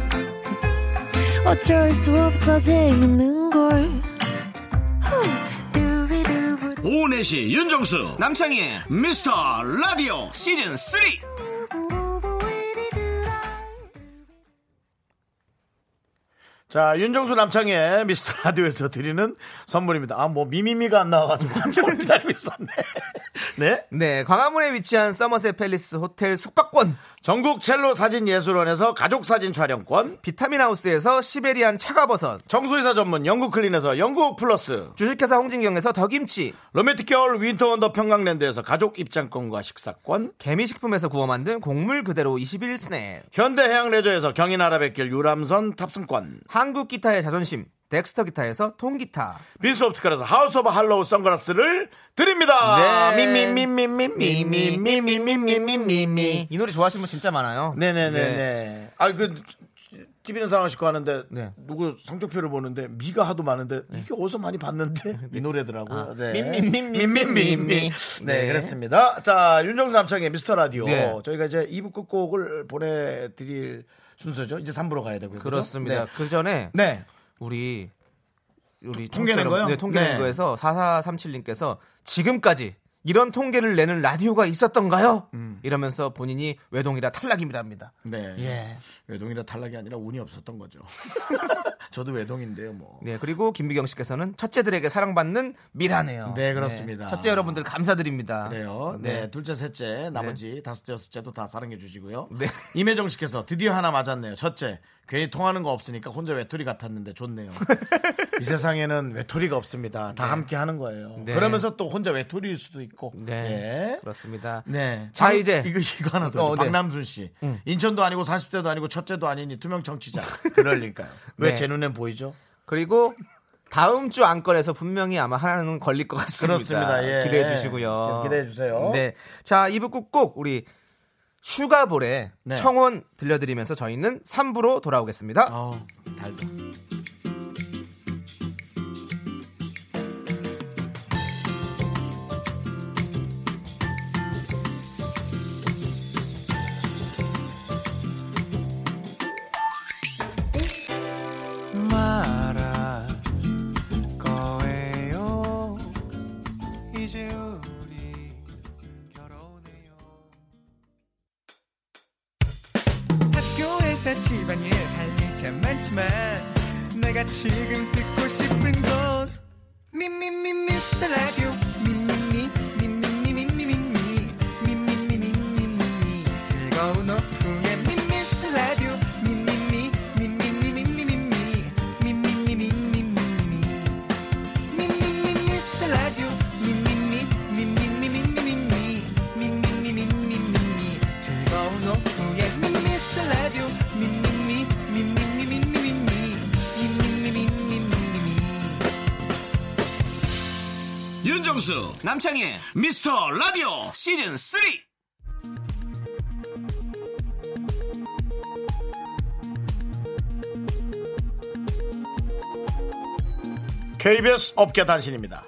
어쩔 수 없어 재밌는 걸. 후. 두비두부두. 오후 4시 윤정수 남창희의 미스터 라디오 시즌 3 우부우리두라. 자, 윤정수 남창의 미스터 라디오에서 드리는 선물입니다. 아, 뭐, 미미미가 안 나와가지고 한참 기다리고 있었네. 네? 네, 광화문에 위치한 서머셋 팰리스 호텔 숙박권, 전국 첼로 사진 예술원에서 가족 사진 촬영권, 비타민 하우스에서 시베리안 차가버섯, 정수의사 전문 영국 클린에서 영국 플러스, 주식회사 홍진경에서 더김치, 로맨틱 겨울 윈터 원더 평강랜드에서 가족 입장권과 식사권, 개미식품에서 구워 만든 곡물 그대로 21 스낵, 현대해양 레저에서 경인아라뱃길 유람선 탑승권, 한국 기타의 자존심, 덱스터 기타에서 통기타, 빈스 옵티컬에서 하우스 오브 할로우 선글라스를 드립니다. 네. 미미미미미미미미미미미. 네, 이 노래 좋아하시는 분 진짜 많아요. 네. 네네네네. 아, 그, TV는 사랑하시고 하는데, 네. 누구 성적표를 보는데, 미가 하도 많은데, 이게 어디서 많이 봤는데, 이 노래더라고요. 아, 네. 밈밈밈밈밈밈. 네, 네. 그렇습니다. 자, 윤정수 남창의 미스터 라디오. 네. 저희가 이제 2부 끝곡을 보내드릴 순서죠. 이제 3부로 가야 되고요. 그죠? 그렇습니다. 그 전에 네. 네. 우리 통계낸 우리 청취자 여러분, 거요? 네, 통계낸 네. 거에서 4437님께서 지금까지 이런 통계를 내는 라디오가 있었던가요? 음. 이러면서 본인이 외동이라 탈락입니다합니다. 네. 예. 외동이라 탈락이 아니라 운이 없었던 거죠. 저도 외동인데요, 뭐. 네, 그리고 김미경 씨께서는 첫째들에게 사랑받는 미라네요. 네, 그렇습니다. 첫째 여러분들 감사드립니다. 그래요. 네. 네. 둘째, 셋째, 나머지 다섯째, 여섯째도 다 사랑해 주시고요. 네. 임혜정 씨께서 드디어 하나 맞았네요. 첫째, 괜히 통하는 거 없으니까 혼자 외톨이 같았는데 좋네요. 이 세상에는 외톨이가 없습니다. 다 함께 하는 거예요. 네. 그러면서 또 혼자 외톨이일 수도 있고. 네, 그렇습니다. 네. 네. 자, 방- 이제. 이거 이거 하나 더. 어, 요 네. 음. 박남순 씨. 인천도 아니고 40대도 아니고 첫째도 아니니 투명 정치자. 그럴리까요. 왜 네. 제 눈엔 보이죠? 그리고 다음 주 안건에서 분명히 아마 하나는 걸릴 것 같습니다. 그렇습니다. 예. 기대해 주시고요. 계속 기대해 주세요. 네. 자, 2부 꾹꾹 우리 슈가볼의 네. 청혼 들려드리면서 저희는 3부로 돌아오겠습니다. 아, 달다. 학교에서 집안일 할 일 참 많지만 내가 지금 듣고 싶은 건 미미미 미스터 라디오 미미미 미미미 미미미 미미미 미미미 즐거운 오후에 미미스터 라디오 미미미 미미미 미미미 미미미 미미미 윤정수 남창희 미스터 라디오 시즌 3 KBS 업계 단신입니다.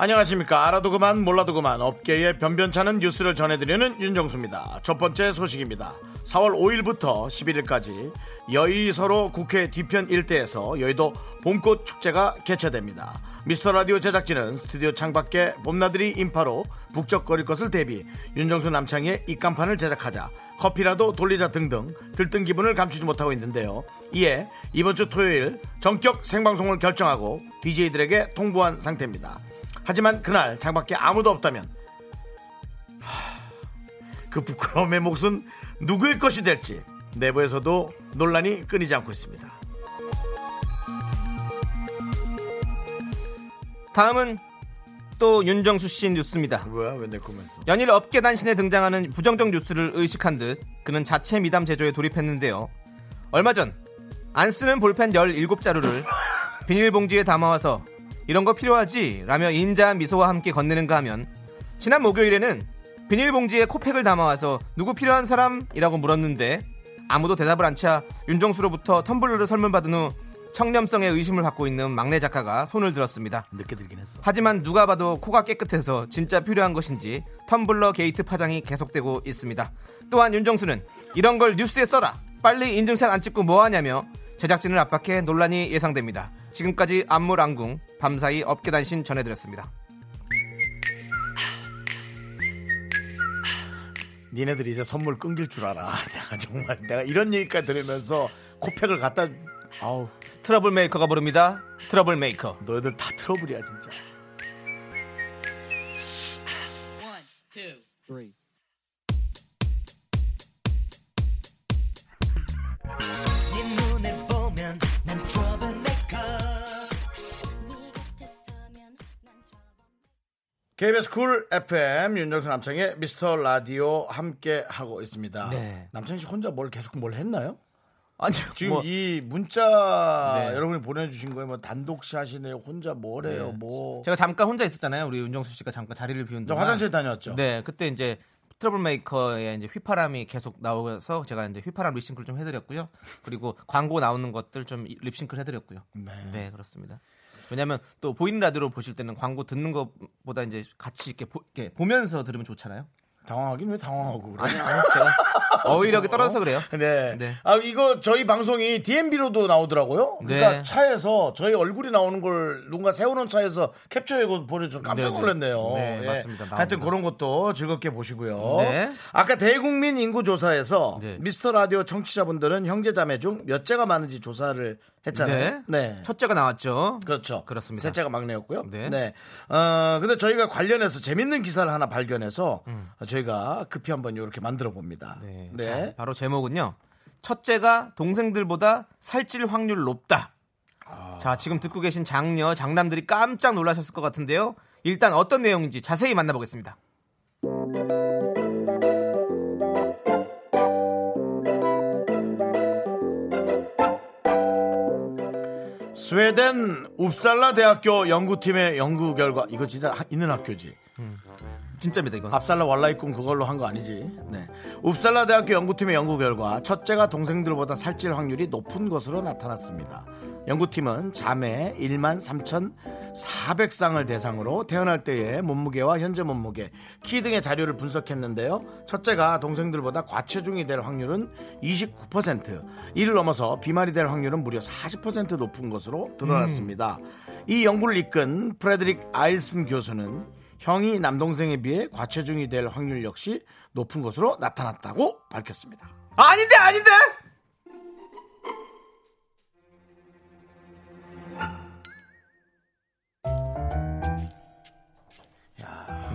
안녕하십니까. 알아도 그만 몰라도 그만 업계의 변변찮은 뉴스를 전해드리는 윤정수입니다. 첫 번째 소식입니다. 4월 5일부터 11일까지 여의서로 국회 뒤편 일대에서 여의도 봄꽃 축제가 개최됩니다. 미스터 라디오 제작진은 스튜디오 창밖에 봄나들이 인파로 북적거릴 것을 대비 윤정수 남창의 입간판을 제작하자 커피라도 돌리자 등등 들뜬 기분을 감추지 못하고 있는데요. 이에 이번 주 토요일 전격 생방송을 결정하고 DJ들에게 통보한 상태입니다. 하지만 그날 장밖에 아무도 없다면 하, 그 부끄러움의 몫은 누구의 것이 될지 내부에서도 논란이 끊이지 않고 있습니다. 다음은 또 윤정수 씨 뉴스입니다. 뭐야 왜 내 꿈에서? 연일 업계 단신에 등장하는 부정적 뉴스를 의식한 듯 그는 자체 미담 제조에 돌입했는데요. 얼마 전 안 쓰는 볼펜 17자루를 비닐봉지에 담아와서 이런 거 필요하지? 라며 인자한 미소와 함께 건네는가 하면 지난 목요일에는 비닐봉지에 코팩을 담아와서 누구 필요한 사람? 이라고 물었는데 아무도 대답을 안 차 윤정수로부터 텀블러를 설문받은 후 청렴성에 의심을 받고 있는 막내 작가가 손을 들었습니다. 늦게 들긴 했어. 하지만 누가 봐도 코가 깨끗해서 진짜 필요한 것인지 텀블러 게이트 파장이 계속되고 있습니다. 또한 윤정수는 이런 걸 뉴스에 써라. 빨리 인증샷 안 찍고 뭐하냐며 제작진을 압박해 논란이 예상됩니다. 지금까지 안물안궁 밤사이 업계단신 전해드렸습니다. 니네들이 이제 선물 끊길 줄 알아. 내가 정말 내가 이런 얘기까지 들으면서 코팩을 갖다 아우 트러블 메이커가 부릅니다. 트러블 메이커. 너희들 다 트러블이야 진짜. KBS 쿨 FM 윤정수 남창의 미스터 라디오 함께 하고 있습니다. 네. 남창 씨 혼자 뭘 계속 뭘 했나요? 아니 지금 뭐, 이 문자 네. 여러분이 보내주신 거에 뭐 단독샷이네요, 혼자 뭐래요, 뭐. 제가 잠깐 혼자 있었잖아요. 우리 윤정수 씨가 잠깐 자리를 비운 저 동안 화장실 다녔죠. 아. 네, 그때 이제 트러블 메이커의 이제 휘파람이 계속 나오면서 제가 이제 휘파람 립싱크를 좀 해드렸고요. 그리고 광고 나오는 것들 좀 립싱크를 해드렸고요. 네. 네, 그렇습니다. 왜냐하면 또 보이는 라디오로 보실 때는 광고 듣는 것보다 이제 같이 이렇게, 보, 면서 들으면 좋잖아요. 당황하긴 왜 당황하고 그래? 아니, 아니, 제가 어휘력이 떨어져서 그래요. 네. 네. 아 이거 저희 방송이 DMB로도 나오더라고요. 그러니까 네. 차에서 저희 얼굴이 나오는 걸 누군가 세우는 차에서 캡처해고 보내줘 깜짝 네, 놀랐네요. 예. 네, 맞습니다. 하여튼 나옵니다. 그런 것도 즐겁게 보시고요. 네. 아까 대국민 인구 조사에서 네. 미스터 라디오 청취자분들은 형제자매 중 몇째가 많은지 조사를 했잖아요. 네. 첫째가 나왔죠. 그렇죠. 그렇습니다. 셋째가 막내였고요. 네. 네. 어, 근데 저희가 관련해서 재밌는 기사를 하나 발견해서 저희가 급히 한번 이렇게 만들어 봅니다. 음. 네. 네. 자, 바로 제목은요. 첫째가 동생들보다 살찔 확률 높다. 자, 지금 듣고 계신 장녀, 장남들이 깜짝 놀라셨을 것 같은데요. 일단 어떤 내용인지 자세히 만나보겠습니다. 스웨덴 웁살라 대학교 연구팀의 연구 결과 이거 진짜 하- 있는 학교지. 진짜입니다, 이건. 압살라 왈라이쿰 그걸로 한 거 아니지. 네. 웁살라 대학교 연구팀의 연구 결과 첫째가 동생들보다 살찔 확률이 높은 것으로 나타났습니다. 연구팀은 자매 1만 3,400쌍을 대상으로 태어날 때의 몸무게와 현재 몸무게, 키 등의 자료를 분석했는데요. 첫째가 동생들보다 과체중이 될 확률은 29%, 이를 넘어서 비말이 될 확률은 무려 40% 높은 것으로 드러났습니다. 이 연구를 이끈 프레드릭 아일슨 교수는 형이 남동생에 비해 과체중이 될 확률 역시 높은 것으로 나타났다고 밝혔습니다. 아닌데, 아닌데!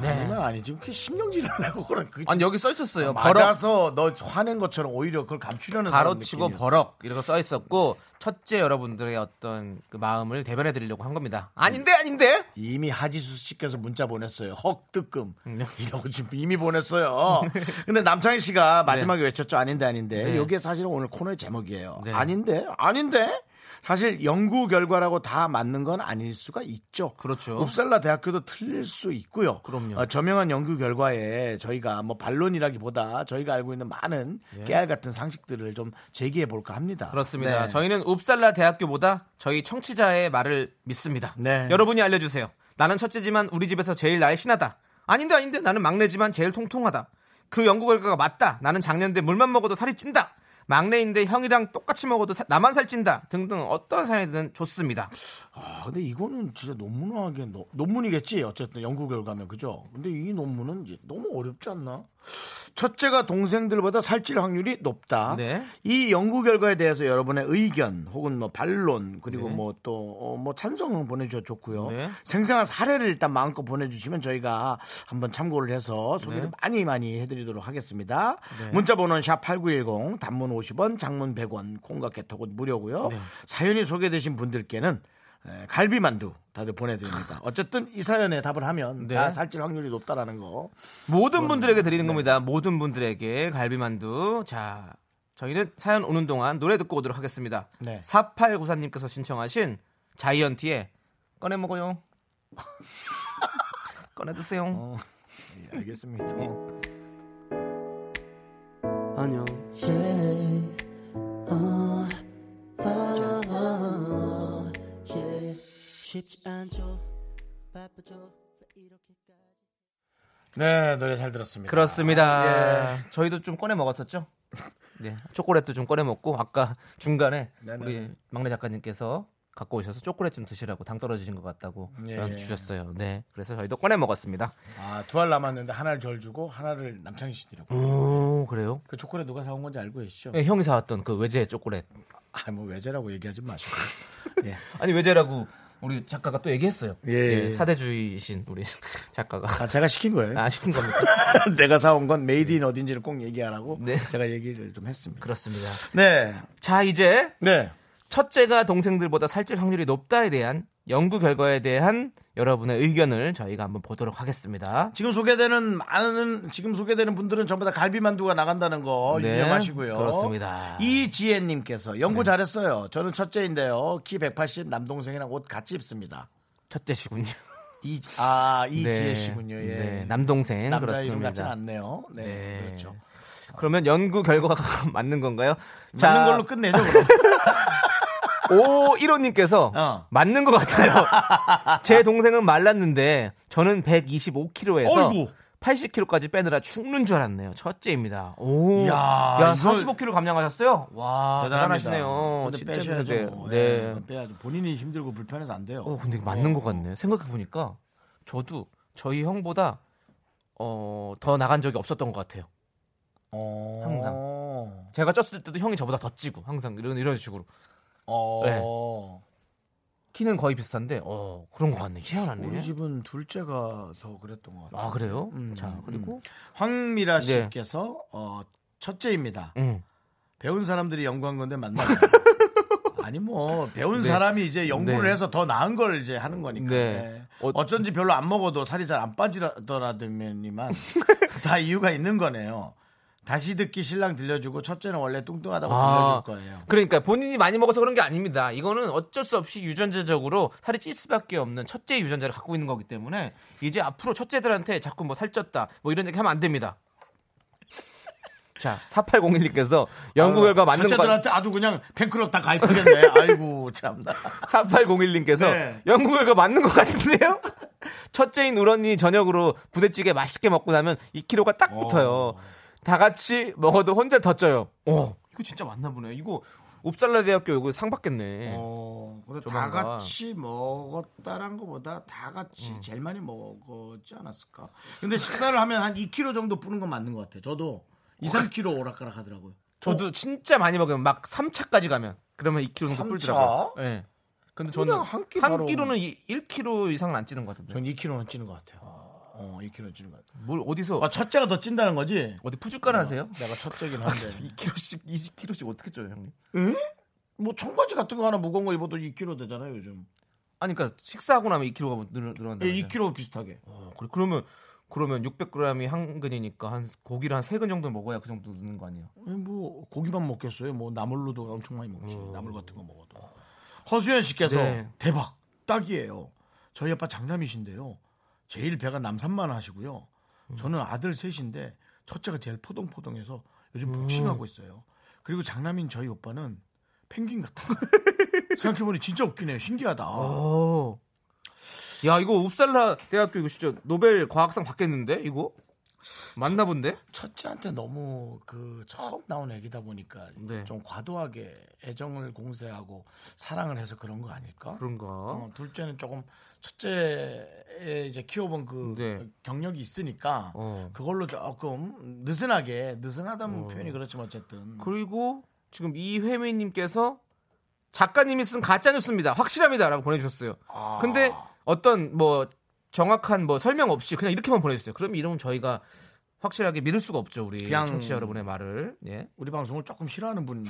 네. 정말 아니 지금 그게 신경질 안 하고 그런 그 아니, 여기 써 있었어요. 버럭, 맞아서 너 화낸 것처럼 오히려 그걸 감추려는 가로치고 사람 느낌이었어. 버럭, 이렇게 써 있었고, 첫째 여러분들의 어떤 그 마음을 대변해 드리려고 한 겁니다. 아닌데, 아닌데! 이미 하지수 씨께서 문자 보냈어요. 헉 뜨끔 네. 이러고 지금 이미 보냈어요. 근데 남창희 씨가 마지막에 외쳤죠. 아닌데 아닌데. 네. 여기에 사실은 오늘 코너의 제목이에요. 네. 아닌데 아닌데. 사실 연구 결과라고 다 맞는 건 아닐 수가 있죠. 그렇죠. 읍살라 대학교도 틀릴 수 있고요. 그럼요. 어, 저명한 연구 결과에 저희가 뭐 반론이라기보다 저희가 알고 있는 많은 깨알 같은 상식들을 좀 제기해 볼까 합니다. 예. 그렇습니다. 네. 저희는 읍살라 대학교보다 저희 청취자의 말을 믿습니다. 네. 여러분이 알려주세요. 나는 첫째지만 우리 집에서 제일 날씬하다. 아닌데 아닌데 나는 막내지만 제일 통통하다. 그 연구 결과가 맞다. 나는 작년인데 물만 먹어도 살이 찐다. 막내인데 형이랑 똑같이 먹어도 사- 나만 살찐다. 등등 어떤 사연이든 좋습니다. 아, 근데 이거는 진짜 논문하게 노- 논문이겠지 어쨌든 연구 결과면 그죠 근데 이 논문은 이제 너무 어렵지 않나 첫째가 동생들보다 살찔 확률이 높다 네. 이 연구 결과에 대해서 여러분의 의견 혹은 뭐 반론 그리고 뭐 또 뭐 찬성은 보내주셔도 좋고요 네. 생생한 사례를 일단 마음껏 보내주시면 저희가 한번 참고를 해서 소개를 네. 많이 많이 해드리도록 하겠습니다. 문자 번호는 샵8910 단문 50원 장문 100원 콩과 개톡은 무료고요. 네. 사연이 소개되신 분들께는 에, 갈비만두 다들 보내드립니다. 어쨌든 이 사연에 답을 하면 네. 다 살찔 확률이 높다라는 거. 모든 분들에게 네. 드리는 겁니다. 모든 분들에게 갈비만두. 자, 저희는 사연 오는 동안 노래 듣고 오도록 하겠습니다. 네. 4894님께서 신청하신 자이언티의 꺼내 먹어요. 꺼내 드세요. 예, 알겠습니다. 어. 안녕. 네 노래 잘 들었습니다. 아, 그렇습니다. 예. 저희도 좀 꺼내 먹었었죠? 네. 초콜릿도 좀 꺼내 먹고 아까 중간에 네네. 우리 막내 작가님께서 갖고 오셔서 초콜릿 좀 드시라고 당 떨어지신 것 같다고 예, 저한테 예. 주셨어요. 네, 그래서 저희도 꺼내 먹었습니다. 아, 두 알 남았는데 하나를 절 주고 하나를 남창희 씨 드리고. 오, 그래요? 그 초콜릿 누가 사온 건지 알고 계시죠? 예, 형이 사왔던 그 외제 초콜릿. 아, 뭐 외제라고 얘기하지 마시고. 예. 아니 외제라고 우리 작가가 또 얘기했어요. 예, 예. 사대주의신 우리 작가가 아, 제가 시킨 거예요. 아 시킨 겁니다. 내가 사온 건 메이드 인 어딘지를 꼭 얘기하라고 네. 제가 얘기를 좀 했습니다. 그렇습니다. 네. 자 이제 네. 첫째가 동생들보다 살찔 확률이 높다에 대한 연구 결과에 대한 여러분의 의견을 저희가 한번 보도록 하겠습니다. 지금 소개되는 많은 지금 소개되는 분들은 전부 다 갈비만두가 나간다는 거 네, 유명하시고요. 그렇습니다. 네. 이지혜님께서 연구 잘했어요. 저는 첫째인데요. 키 180 남동생이랑 옷 같이 입습니다. 첫째시군요. 이, 아 이지혜 네. 씨군요. 예. 네, 남동생 남자 그렇습니다. 이름 같진 않네요. 네, 네. 그렇죠. 그러면 연구 결과가 맞는 건가요? 맞는 걸로 끝내죠. 그럼. 오 1호님께서 어. 맞는 것 같아요. 제 동생은 말랐는데 저는 125kg에서 어이구. 80kg까지 빼느라 죽는 줄 알았네요. 첫째입니다. 오, 이야, 이거- 45kg 감량하셨어요? 와 대단합니다. 아, 대단하시네요. 근데 진짜 빼셔야죠. 힘든데. 뭐. 예, 네. 그건 빼야죠. 본인이 힘들고 불편해서 안 돼요. 어, 근데 맞는 것 같네. 생각해 보니까 저도 저희 형보다 어, 더 나간 적이 없었던 것 같아요. 어. 항상. 제가 쪘을 때도 형이 저보다 더 찌고 항상 이런 이런 식으로 어. 키는 거의 비슷한데 어 그런 것 같네. 희한하네. 우리 집은 둘째가 더 그랬던 것 같아요. 아 그래요? 음, 자 그리고 황미라 네. 씨께서 어, 첫째입니다. 음. 배운 사람들이 연구한 건데 맞나요? 아니 뭐 배운 사람이 이제 연구를 네. 해서 더 나은 걸 이제 하는 거니까. 네. 네. 어- 어쩐지 별로 안 먹어도 살이 잘 안 빠지더라도면이만 다 이유가 있는 거네요. 다시 듣기 신랑 들려주고 첫째는 원래 뚱뚱하다고 아, 들려줄 거예요. 그러니까 본인이 많이 먹어서 그런 게 아닙니다. 이거는 어쩔 수 없이 유전자적으로 살이 찔 수밖에 없는 첫째 유전자를 갖고 있는 거기 때문에 이제 앞으로 첫째들한테 자꾸 뭐 살쪘다 뭐 이런 얘기 하면 안 됩니다. 자, 4801님께서 연구 결과 맞는 것 같... 첫째들한테 아주 그냥 팬클럽 다 가입하겠네. 아이고 참나. 4801님께서 네. 연구 결과 맞는 것 같은데요? 첫째인 우언니 저녁으로 부대찌개 맛있게 먹고 나면 2kg가 딱 붙어요. 다 같이 먹어도 혼자 더 쪄요. 오, 이거 진짜 맞나 보네. 이거 읍살라 대학교 이거 상 받겠네. 어, 근데 다 조만간. 같이 먹었다란 것보다 다 같이 제일 많이 먹었지 않았을까? 근데 식사를 하면 한 2kg 정도 뿌는 건 맞는 것 같아. 저도 2, 3kg 오락가락 하더라고요. 저도 진짜 많이 먹으면 막 3차까지 가면 그러면 2kg 정도 삼차? 뿔더라고요. 예. 근데 저는 그냥 한끼 바로. 1kg는 1kg 이상은 안 찌는 것 같은데. 전 2kg는 찌는 것 같아요. 어, 2kg는 찌는 것 같아요. 뭘 어디서 아, 첫째가 더 찐다는 거지? 어디 푸주간 하세요? 내가 첫째긴 한데. 2kg씩 20kg씩 어떻게 쪄요, 형님? 뭐 청바지 같은 거 하나 무거운 거 입어도 2kg 되잖아요, 요즘. 아니 그러니까 식사하고 나면 2kg가 늘어 늘어난다. 예, 2kg 비슷하게. 어, 그래. 그러면 그러면 600g이 한 근이니까 한 고기를 한 세 근 정도 먹어야 그 정도 느는 거 아니에요? 아니, 뭐 고기만 먹겠어요. 뭐 나물로도 엄청 많이 먹지. 나물 같은 거 먹어도. 허수연 씨께서 음. 네. 대박 딱이에요. 저희 아빠 장남이신데요. 제일 배가 남산만 하시고요. 음. 저는 아들 셋인데 첫째가 제일 포동포동해서 요즘 음. 복싱하고 있어요. 그리고 장남인 저희 오빠는 펭귄 같아요. 생각해보니 진짜 웃기네요. 신기하다. 어. 어. 오. 야, 이거 읍살라 대학교 이거 진짜 노벨 과학상 받겠는데 이거? 맞나 본데? 첫째한테 너무 그 처음 나온 애기다 보니까 네. 좀 과도하게 애정을 공세하고 사랑을 해서 그런 거 아닐까? 그런가? 어, 둘째는 조금 첫째에 이제 키워본 그 네. 경력이 있으니까 어. 그걸로 조금 느슨하게 느슨하다는 어. 표현이 그렇지만 어쨌든 그리고 지금 이회미님께서 작가님이 쓴 가짜 뉴스입니다. 확실합니다라고 보내주셨어요. 아. 근데 어떤 뭐 정확한 뭐 설명 없이 그냥 이렇게만 보내주세요. 그럼 이러면 저희가 확실하게 믿을 수가 없죠 우리 그냥- 청취자 여러분의 말을. 예. 우리 방송을 조금 싫어하는 분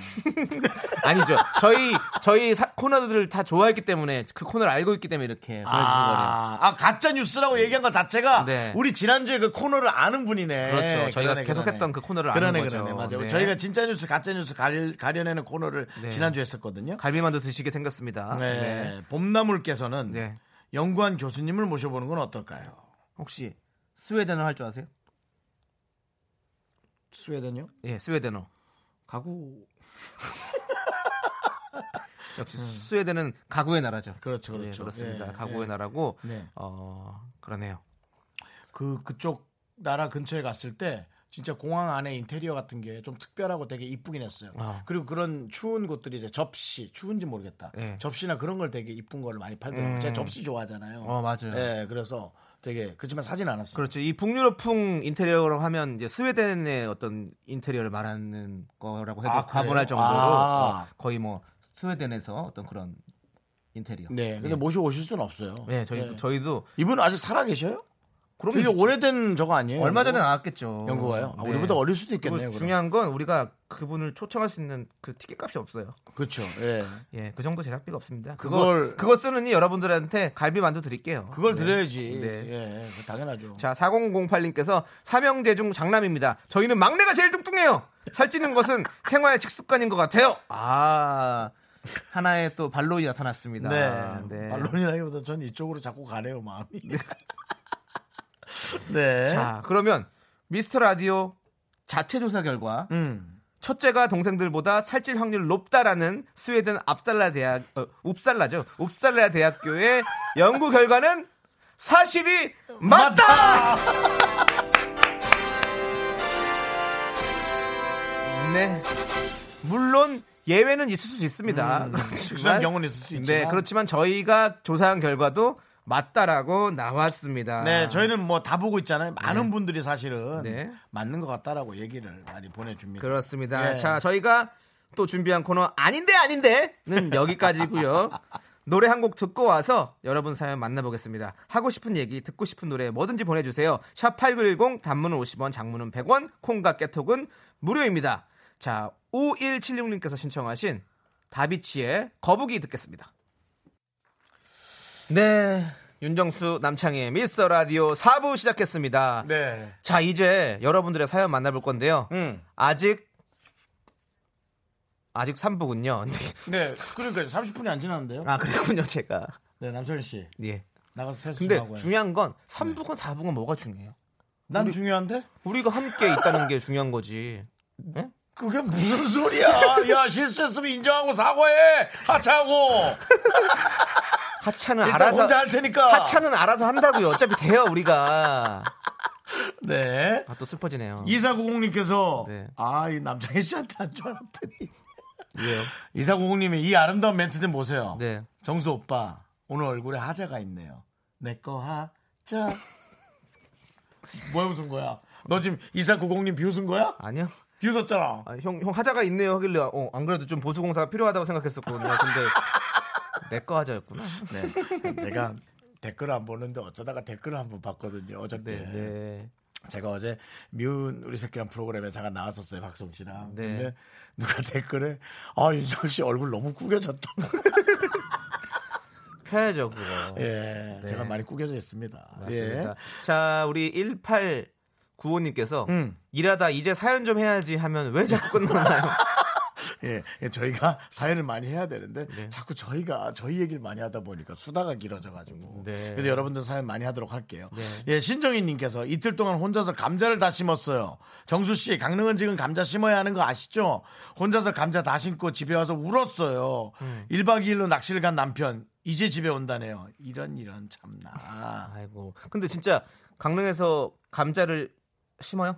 아니죠. 저희 저희 사- 코너들을 다 좋아했기 때문에 그 코너를 알고 있기 때문에 이렇게 보내주신 거예요. 아, 아 가짜 뉴스라고 얘기한 것 자체가 네. 우리 지난주에 그 코너를 아는 분이네 그렇죠. 저희가 그러네, 계속했던 그러네. 그 코너를 그러네 아는 거죠. 그러네 맞아요 네. 저희가 진짜 뉴스 가짜 뉴스 가려, 가려내는 코너를 네. 지난주에 했었거든요 갈비만두 드시게 생겼습니다. 네. 네. 봄나물께서는 네. 연구한 교수님을 모셔보는 건 어떨까요 혹시 스웨덴어 할 줄 아세요? 스웨덴요 예, 스웨덴어. 가구 역시 스웨덴은 가구의 나라죠. 그렇죠 음. 그렇죠 예, 그렇습니다. 예, 가구의 예. 나라고 네. 어 그러네요. 그 그쪽 나라 근처에 갔을 때 진짜 공항 안에 인테리어 같은 게 좀 특별하고 되게 이쁘긴 했어요. 아. 그리고 그런 추운 곳들이 이제 접시, 추운지 모르겠다. 네. 접시나 그런 걸 되게 이쁜 걸 많이 팔더라고요. 음. 제가 접시 좋아하잖아요. 어, 맞아요. 예, 그래서 되게 그렇지만 사진 안 왔어요. 그렇죠. 이 북유럽풍 인테리어라고 하면 이제 스웨덴의 어떤 인테리어를 말하는 거라고 해도 아, 그래요? 과분할 정도로 아. 어, 거의 뭐 스웨덴에서 어떤 그런 인테리어. 네, 근데 예. 모시고 오실 수는 없어요. 네, 저희 예. 저희도 이분 아직 살아 계셔요? 그럼 되게 오래된 저거 아니에요? 얼마 전에 연구가? 나왔겠죠. 연구가요? 아, 네. 우리보다 어릴 수도 그리고 있겠네요. 그럼. 중요한 건 우리가 그분을 초청할 수 있는 그 티켓 값이 없어요. 그렇죠. 예. 예, 그 정도 제작비가 없습니다. 그걸- 그걸 그거 쓰느니 여러분들한테 갈비 만두 드릴게요. 그걸 네. 드려야지. 네. 예, 그거 당연하죠. 자, 4008님께서 삼형제 중 장남입니다. 저희는 막내가 제일 뚱뚱해요. 살찌는 것은 생활 식습관인 것 같아요. 아, 하나의 또 반론이 나타났습니다. 네. 네. 반론이라기보다 전 이쪽으로 자꾸 가네요, 마음이. 네. 자, 그러면 미스터 라디오 자체 조사 결과 음. 첫째가 동생들보다 살찔 확률 높다라는 스웨덴 압살라 대학 어, 웁살라죠. 웁살라 대학교의 연구 결과는 사실이 맞다. 네. 물론 예외는 있을 수 있습니다. 특수한 음, 경우는 있을 수 있지만. 네, 그렇지만 저희가 조사한 결과도 맞다라고 나왔습니다. 네, 저희는 뭐 다 보고 있잖아요. 많은 분들이 사실은 아. 네. 맞는 것 같다라고 얘기를 많이 보내줍니다. 그렇습니다. 예. 자, 저희가 또 준비한 코너 아닌데 아닌데는 여기까지고요. 노래 한 곡 듣고 와서 여러분 사연 만나보겠습니다. 하고 싶은 얘기, 듣고 싶은 노래 뭐든지 보내주세요. 샵 8910 단문은 50원, 장문은 100원, 콩과 깨톡은 무료입니다. 자, 5176님께서 신청하신 다비치의 거북이 듣겠습니다. 네, 윤정수 남창희의 미스터 라디오 4부 시작했습니다. 네. 자, 이제 여러분들의 사연 만나볼 건데요. 음. 아직 아직 3부군요. 네. 그러니까 30분이 안 지났는데요. 아 그랬군요 제가. 네, 남철 씨. 예. 나가서 세수 좀 근데 하고요. 네. 중요한 건 3부건 4부건 뭐가 중요해요? 난 중요한데? 우리가 함께 있다는 게 중요한 거지. 그게 무슨 소리야? 야, 실수했으면 인정하고 사과해. 하차하고. 하차는 일단 알아서 혼자 할 테니까. 하차는 알아서 한다고요. 어차피 돼요 우리가. 네. 아 또 슬퍼지네요. 이사구공님께서 네. 아, 이 남창희 씨한테 안 줄 알았더니. 왜요? 이사구공님이 이 아름다운 멘트 좀 보세요. 네. 정수 오빠 오늘 얼굴에 하자가 있네요. 내 거 하자. 뭐야 무슨 거야? 너 지금 이사구공님 비웃은 거야? 아니요. 비웃었잖아. 아, 형, 형 하자가 있네요 하길래 어, 안 그래도 좀 보수공사가 필요하다고 생각했었거든요. 근데 내 거 하자였구나. 네. 제가 댓글 안 보는데 어쩌다가 댓글을 한번 봤거든요. 어저께 네. 제가 어제 미운 우리 새끼랑 프로그램에 잠깐 나왔었어요 박성 씨랑. 네. 근데 누가 댓글에 아 윤정 씨 얼굴 너무 구겨졌다. 펴야죠 그거. 예, 네. 제가 많이 구겨져 있습니다. 맞습니다. 예. 자, 우리 1895님께서 음. 일하다 이제 사연 좀 해야지 하면 왜 자꾸 끝나나요? 예, 예, 저희가 사연을 많이 해야 되는데 네. 자꾸 저희가 저희 얘기를 많이 하다 보니까 수다가 길어져가지고. 네. 그래도 여러분들 사연 많이 하도록 할게요. 예, 신정희님께서 이틀 동안 혼자서 감자를 다 심었어요. 정수 씨, 강릉은 지금 감자 심어야 하는 거 아시죠? 혼자서 감자 다 심고 집에 와서 울었어요. 음. 1박 2일로 낚시를 간 남편 이제 집에 온다네요. 이런 이런 참나. 아이고. 근데 진짜 강릉에서 감자를 심어요?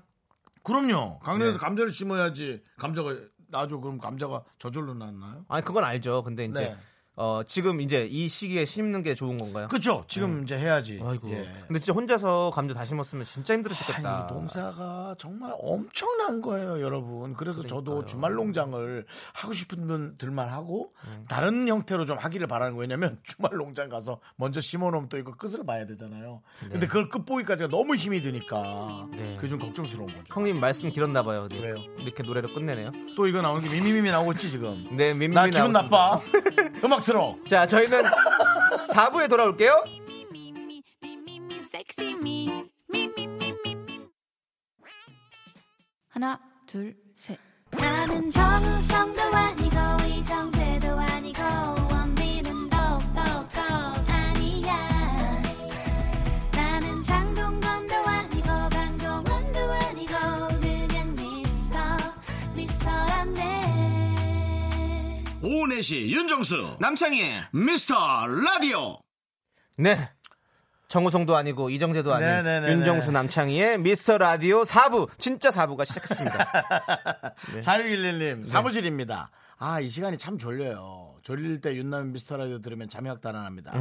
그럼요. 강릉에서 네. 감자를 심어야지 감자가 나죠. 그럼 감자가 저절로 났나요? 아니 그건 알죠. 근데 이제 네. 어, 지금 이제 이 시기에 심는 게 좋은 건가요? 그렇죠. 지금 이제 해야지. 네. 아이고. 예. 근데 진짜 혼자서 감자 다 심었으면 진짜 힘들었겠다. 아니 농사가 정말 엄청난 거예요, 여러분. 그래서 저도 그러니까요. 주말 농장을 하고 싶은 분들만 하고 음. 다른 형태로 좀 하기를 바라는 거예요. 왜냐면 주말 농장 가서 먼저 심어놓으면 또 이거 끝을 봐야 되잖아요. 근데 그걸 끝 보기까지가 너무 힘이 드니까 네. 그게 좀 걱정스러운 거죠. 형님 말씀 길었나 봐요. 네. 왜요? 이렇게 노래로 끝내네요. 또 이거 나오는 게 미미미미 나오고 있지 지금. 네, 민민 나 기분 나빠. 음악 틀어. 자, 저희는 4부에 돌아올게요. 하나, 둘, 셋. 나는 정우성도 아니고 이정재도 아니고 원빈은 더욱더 아니야 나는 장동건도 아니고 강동원도 아니고 그냥 미스터 미스터란데 오후 4시 윤정수 남창희 미스터 라디오. 네. 정우성도 아니고 이정재도 아닌 네네네네. 윤정수 남창희의 미스터 라디오 4부 진짜 4부가 시작했습니다. 네. 4611님 사무실입니다. 아 이 시간이 참 졸려요. 졸릴 때 윤남의 미스터 라디오 들으면 잠이 확 달아납니다.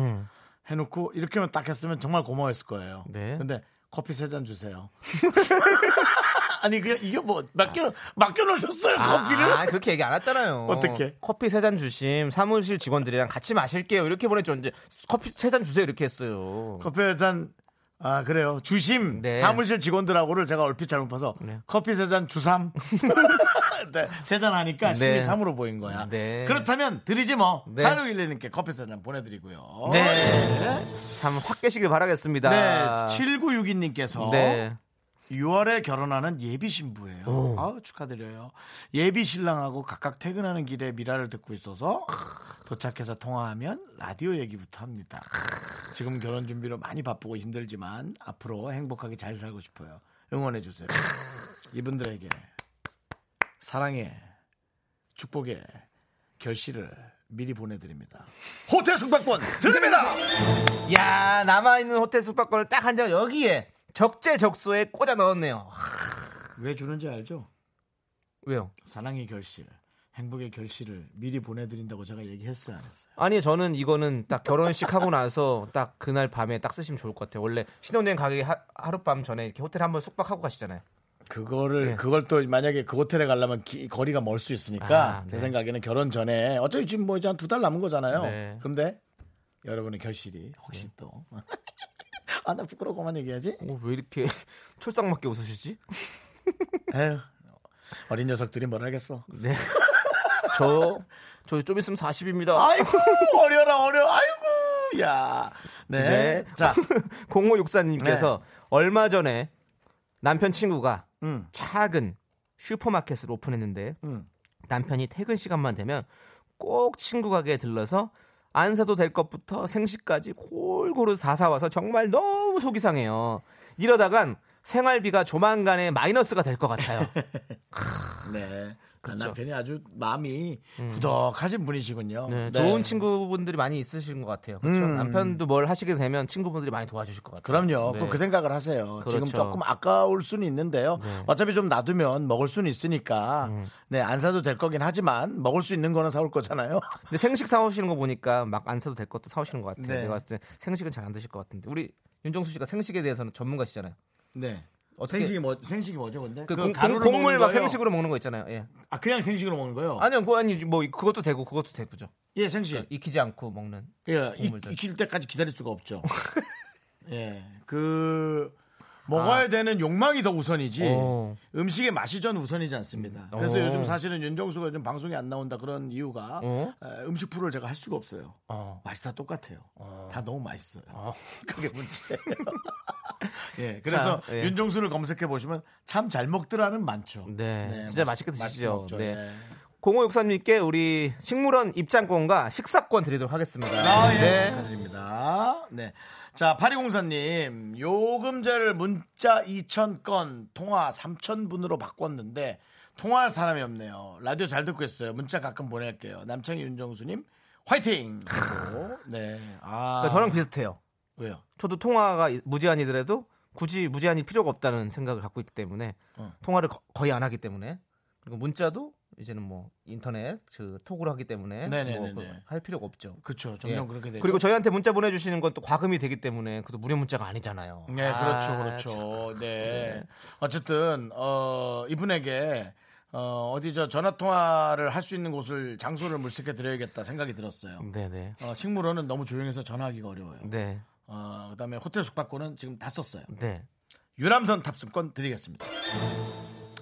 해놓고 이렇게만 딱 했으면 정말 고마웠을 거예요. 음. 네. 근데 커피 세 잔 주세요. 아니 그냥 이게 뭐 맡겨 맡겨 놓으셨어요 커피를? 아, 그렇게 얘기 안 했잖아요. 어떻게? 커피 세 잔 주심 사무실 직원들이랑 같이 마실게요. 이렇게 보냈죠. 이 커피 세 잔 주세요 이렇게 했어요. 커피 한 잔 아 그래요 주심 네. 사무실 직원들하고를 제가 얼핏 잘못 봐서 네. 커피 세 잔 주삼 네, 세잔 하니까 네. 1 3으로 보인 거야 네. 그렇다면 드리지 뭐 네. 사료 일1님께 커피 세 잔 보내드리고요 네. 참 확 깨시길 바라겠습니다. 네, 7962님께서 네. 6월에 결혼하는 예비 신부예요. 아우 축하드려요. 예비 신랑하고 각각 퇴근하는 길에 미라를 듣고 있어서 도착해서 통화하면 라디오 얘기부터 합니다. 지금 결혼 준비로 많이 바쁘고 힘들지만 앞으로 행복하게 잘 살고 싶어요. 응원해 주세요. 이분들에게 사랑의 축복의 결실을 미리 보내드립니다. 호텔 숙박권 드립니다. 야 남아있는 호텔 숙박권을 딱 한 장 여기에 적재적소에 꽂아 넣었네요. 하, 왜 주는지 알죠? 왜요? 사랑의 결실, 행복의 결실을 미리 보내드린다고 제가 얘기했어요, 안 했어요? 아니요 저는 이거는 딱 결혼식 하고 나서 딱 그날 밤에 딱 쓰시면 좋을 것 같아요. 원래 신혼여행 가기 하, 하룻밤 전에 이렇게 호텔 한번 숙박하고 가시잖아요. 그거를 예. 그걸 또 만약에 그 호텔에 가려면 기- 거리가 멀 수 있으니까 아, 네. 제 생각에는 결혼 전에 어차피 지금 뭐 이제 한 두 달 남은 거잖아요. 네. 근데 여러분의 결실이 혹시 또 아 나 부끄러워만 얘기하지? 어, 왜 이렇게 촐싹맞게 웃으시지? 에휴, 어린 녀석들이 뭘 하겠어? 네. 저, 저 좀 있으면 40입니다. 아이고 어려라 어려, 아이고 야, 네, 네. 자, 0564님께서 얼마 전에 남편 친구가 음, 작은 슈퍼마켓을 오픈했는데 음, 남편이 퇴근 시간만 되면 꼭 친구 가게에 들러서 안 사도 될 것부터 생식까지 골고루 다 사와서 정말 너무 속이 상해요. 이러다간 생활비가 조만간에 마이너스가 될 것 같아요. 네. 그렇죠. 남편이 아주 마음이 구덕하신 분이시군요. 네, 네. 좋은 친구분들이 많이 있으신 것 같아요. 그렇죠? 음. 남편도 뭘 하시게 되면 친구분들이 많이 도와주실 것 같아요. 그럼요. 네. 그그 생각을 하세요. 지금 그렇죠. 네. 조금 아까울 수는 있는데요. 어차피 좀 놔두면 먹을 수는 있으니까 음. 네, 안 사도 될 거긴 하지만 먹을 수 있는 거는 사올 거잖아요. 근데 생식 사오시는 거 보니까 막 안 사도 될 것도 사오시는 것 같아요. 네. 내가 봤을 때 생식은 잘 안 드실 것 같은데 우리 윤정수 씨가 생식에 대해서는 전문가시잖아요. 네. 어떻게 생식이 뭐 생식이 뭐죠, 근데? 그 그 공, 가루를 공물 먹는 막 거예요? 생식으로 먹는 거 있잖아요. 예. 아 그냥 생식으로 먹는 거요? 아니요, 아, 그거 아니 뭐 그것도 되고 그것도 되고죠. 예, 생식. 익히지 않고 먹는. 예, 익- 국물들. 익힐 때까지 기다릴 수가 없죠. 예, 그 아. 먹어야 되는 욕망이 더 우선이지 오. 음식의 맛이 전 우선이지 않습니다. 그래서 오. 요즘 사실은 윤정수가 요즘 방송에 안 나온다 그런 이유가 어? 에, 음식 프로를 제가 할 수가 없어요. 어. 맛이 다 똑같아요. 다 너무 맛있어요. 아, 그게 문제예요. 예, 그래서 자, 예. 윤정수를 검색해 보시면 참 잘 먹더라는 많죠. 네, 진짜 맛있게 드시죠. 먹죠. 네. 예. 0563님께 우리 식물원 입장권과 식사권 드리도록 하겠습니다. 아, 예. 축하드립니다. 네. 자, 8204님, 요금제를 문자 2,000건, 통화 3,000분으로 바꿨는데, 통화할 사람이 없네요. 라디오 잘 듣고 있어요. 문자 가끔 보낼게요. 남창희 윤정수님, 화이팅! 그리고, 네. 아. 그러니까 저랑 비슷해요. 왜요? 저도 통화가 무제한이더라도 굳이 무제한이 필요가 없다는 생각을 갖고 있기 때문에 어. 통화를 거, 의안 하기 때문에 그리고 문자도 이제는 뭐 인터넷 그 톡으로 하기 때문에 네네네네. 네. 뭐 그거 할 필요가 없죠. 그쵸. 점점 예. 그렇게 되죠. 그리고 저희한테 문자 보내주시는 건 또 과금이 되기 때문에 그것도 무료 문자가 아니잖아요. 네, 그렇죠, 아, 참. 예. 그렇죠. 네. 어쨌든 어 이분에게 어 어디 저 전화 통화를 할 수 있는 곳을 장소를 물색해 드려야겠다 생각이 들었어요. 네네. 어, 식물원은 너무 조용해서 전화하기가 어려워요. 네. 어, 그다음에 호텔 숙박권은 지금 다 썼어요. 네. 유람선 탑승권 드리겠습니다.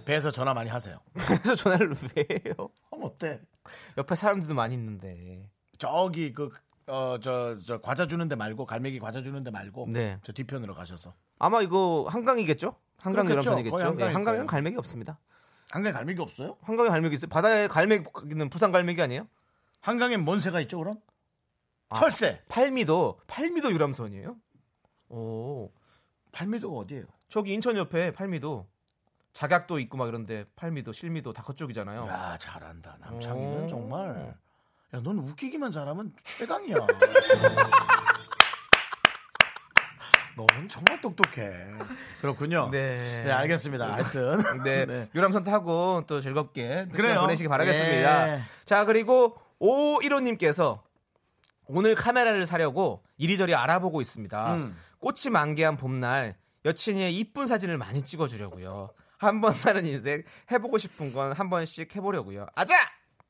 배에서 전화 많이 하세요. 그래서 전화를 왜 해요? 그럼 어때? 옆에 사람들도 많이 있는데. 저기 그 어 저 저 과자 주는데 말고 갈매기 과자 주는데 말고 네. 저 뒤편으로 가셔서 아마 이거 한강이겠죠? 한강 그렇겠죠. 유람선이겠죠? 거의 한강일 예, 거예요. 한강에는 갈매기 없습니다. 한강에 갈매기 없어요? 한강에 갈매기 있어요? 바다에 갈매기는 부산 갈매기 아니에요? 한강엔 뭔 새가 있죠 그럼? 아. 철새. 팔미도 팔미도 유람선이에요? 오 팔미도가 어디예요? 저기 인천 옆에 팔미도 작약도 있고 막 이런데 팔미도 실미도 다 그쪽이잖아요. 야 잘한다 남창이는 오. 정말 야 넌 웃기기만 잘하면 최강이야 너는 정말 똑똑해. 그렇군요. 네. 알겠습니다. 하여튼. 네, 유람선 타고 또 즐겁게 또 그래요. 시간 보내시기 바라겠습니다. 네. 자 그리고 515님께서 오늘 카메라를 사려고 이리저리 알아보고 있습니다. 음. 꽃이 만개한 봄날 여친의 이쁜 사진을 많이 찍어주려고요. 한 번 사는 인생 해보고 싶은 건 한 번씩 해보려고요. 아자!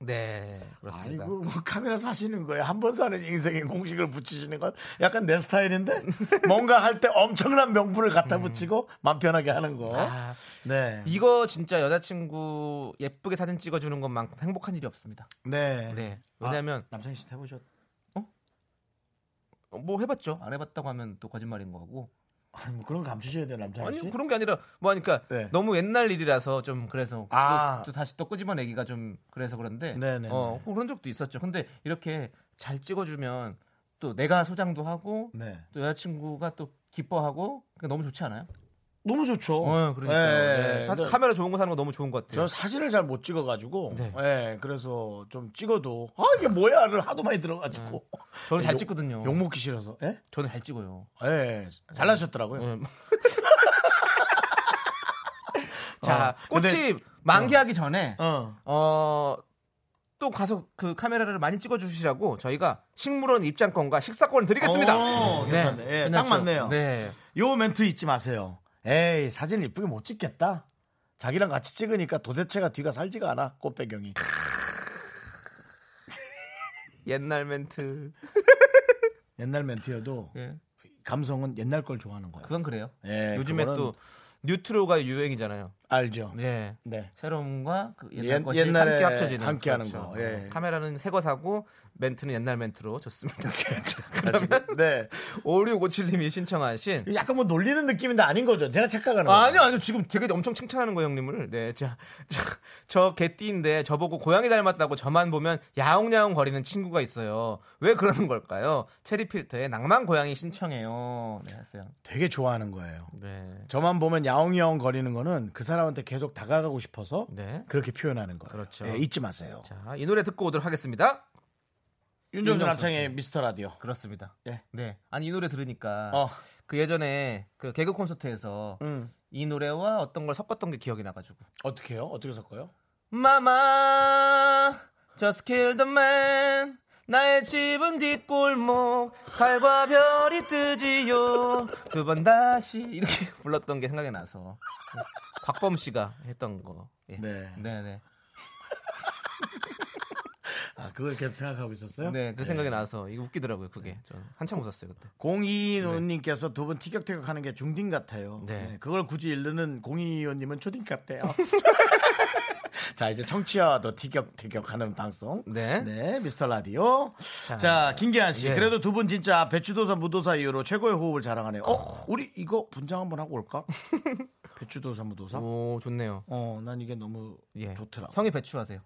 네 그렇습니다. 아이고, 뭐 카메라 사시는 거예요. 한 번 사는 인생의 공식을 붙이시는 건 약간 내 스타일인데 뭔가 할 때 엄청난 명분을 갖다 붙이고 맘 편하게 하는 거. 음. 아, 네. 이거 진짜 여자친구 예쁘게 사진 찍어주는 것만큼 행복한 일이 없습니다. 네. 네 왜냐하면 남창희 씨 해보셨. 뭐 해봤죠 안 해봤다고 하면 또 거짓말인 거고 아니, 뭐 그런 거 감추셔야 돼요, 남창희 아니 씨. 그런 게 아니라 뭐 하니까 네. 너무 옛날 일이라서 좀 그래서 아. 또, 또 다시 또 끄집어내기가 좀 그래서 그런데 네네네. 어 그런 적도 있었죠. 근데 이렇게 잘 찍어주면 또 내가 소장도 하고 네. 또 여자친구가 또 기뻐하고 그게 너무 좋지 않아요? 너무 좋죠. 어 그러니까 예, 예. 사실 저- 카메라 좋은 거 사는 거 너무 좋은 것 같아요. 저는 사진을 잘 못 찍어가지고, 네. 예, 그래서 좀 찍어도, 아, 이게 뭐야를 하도 많이 들어가지고. 저는 잘 욕- 찍거든요. 욕먹기 싫어서, 예? 저는 잘 찍어요. 예, 예, 잘나셨더라고요. 예. 자 어, 꽃이 근데- 만개하기 전에 어. 어, 또 가서 그 카메라를 많이 찍어주시라고 저희가 식물원 입장권과 식사권을 드리겠습니다. 오, 괜찮네. 예, 딱 끝났죠. 맞네요. 네. 요 멘트 잊지 마세요. 에이, 사진 이쁘게 못 찍겠다. 자기랑 같이 찍으니까 도대체가 뒤가 살지가 않아, 꽃 배경이. 옛날 멘트. 옛날 멘트여도 예. 감성은 옛날 걸 좋아하는 거예요. 그건 그래요. 예, 요즘에 그거는 또 뉴트로가 유행이잖아요. 알죠. 예. 네. 새로움과 그 옛날 옛- 것이 옛날에 함께 합쳐지는 그렇죠. 네. 함께하는 거, 예. 카메라는 새 거 사고 멘트는 옛날 멘트로 좋습니다. 네. 5657님이 신청하신 약간 뭐 놀리는 느낌인데 아닌 거죠. 제가 착각하는 거예요. 아니요, 아니요. 지금 되게 엄청 칭찬하는 거예요, 형님을. 네. 자, 저, 저 개띠인데 저보고 고양이 닮았다고 저만 보면 야옹야옹 거리는 친구가 있어요. 왜 그러는 걸까요? 체리 필터에 낭만 고양이 신청해요. 네, 했어요. 되게 좋아하는 거예요. 네. 저만 보면 야옹야옹 거리는 거는 그 사람한테 계속 다가가고 싶어서 네. 그렇게 표현하는 거예요. 그렇죠. 예, 잊지 마세요. 자, 이 노래 듣고 오도록 하겠습니다. 윤정수 윤정수 남창의 미스터 라디오. 그렇습니다. 예. 네. 아니, 이 노래 들으니까 어. 그 예전에 그 개그 콘서트에서 음. 이 노래와 어떤 걸 섞었던 게 기억이 나가지고. 어떻게 해요? 어떻게 섞어요? 마마 Just kill the man 나의 집은 뒷골목 달과 별이 뜨지요 두 번 다시 이렇게 불렀던 게 생각이 나서 곽범 씨가 했던 거 예. 네. 네네 아, 그걸 계속 생각하고 있었어요? 네그 생각이 나서 이거 웃기더라고요 네. 그게 저 한참 웃었어요 그때 0225님께서 두 분 티격태격 하는 게 중딩 같아요. 네. 네, 그걸 굳이 일르는 0225님은 초딩 같아요. 자, 이제 청취와도 티격태격 하는 방송. 네. 미스터 라디오. 자, 김기한 씨. 예. 그래도 두 분 진짜 배추도사, 무도사 이후로 최고의 호흡을 자랑하네요. 어, 우리 이거 분장 한번 하고 올까? 배추도사, 무도사? 오 좋네요 어, 난 이게 너무 예 좋더라. 고 형이 배추하세요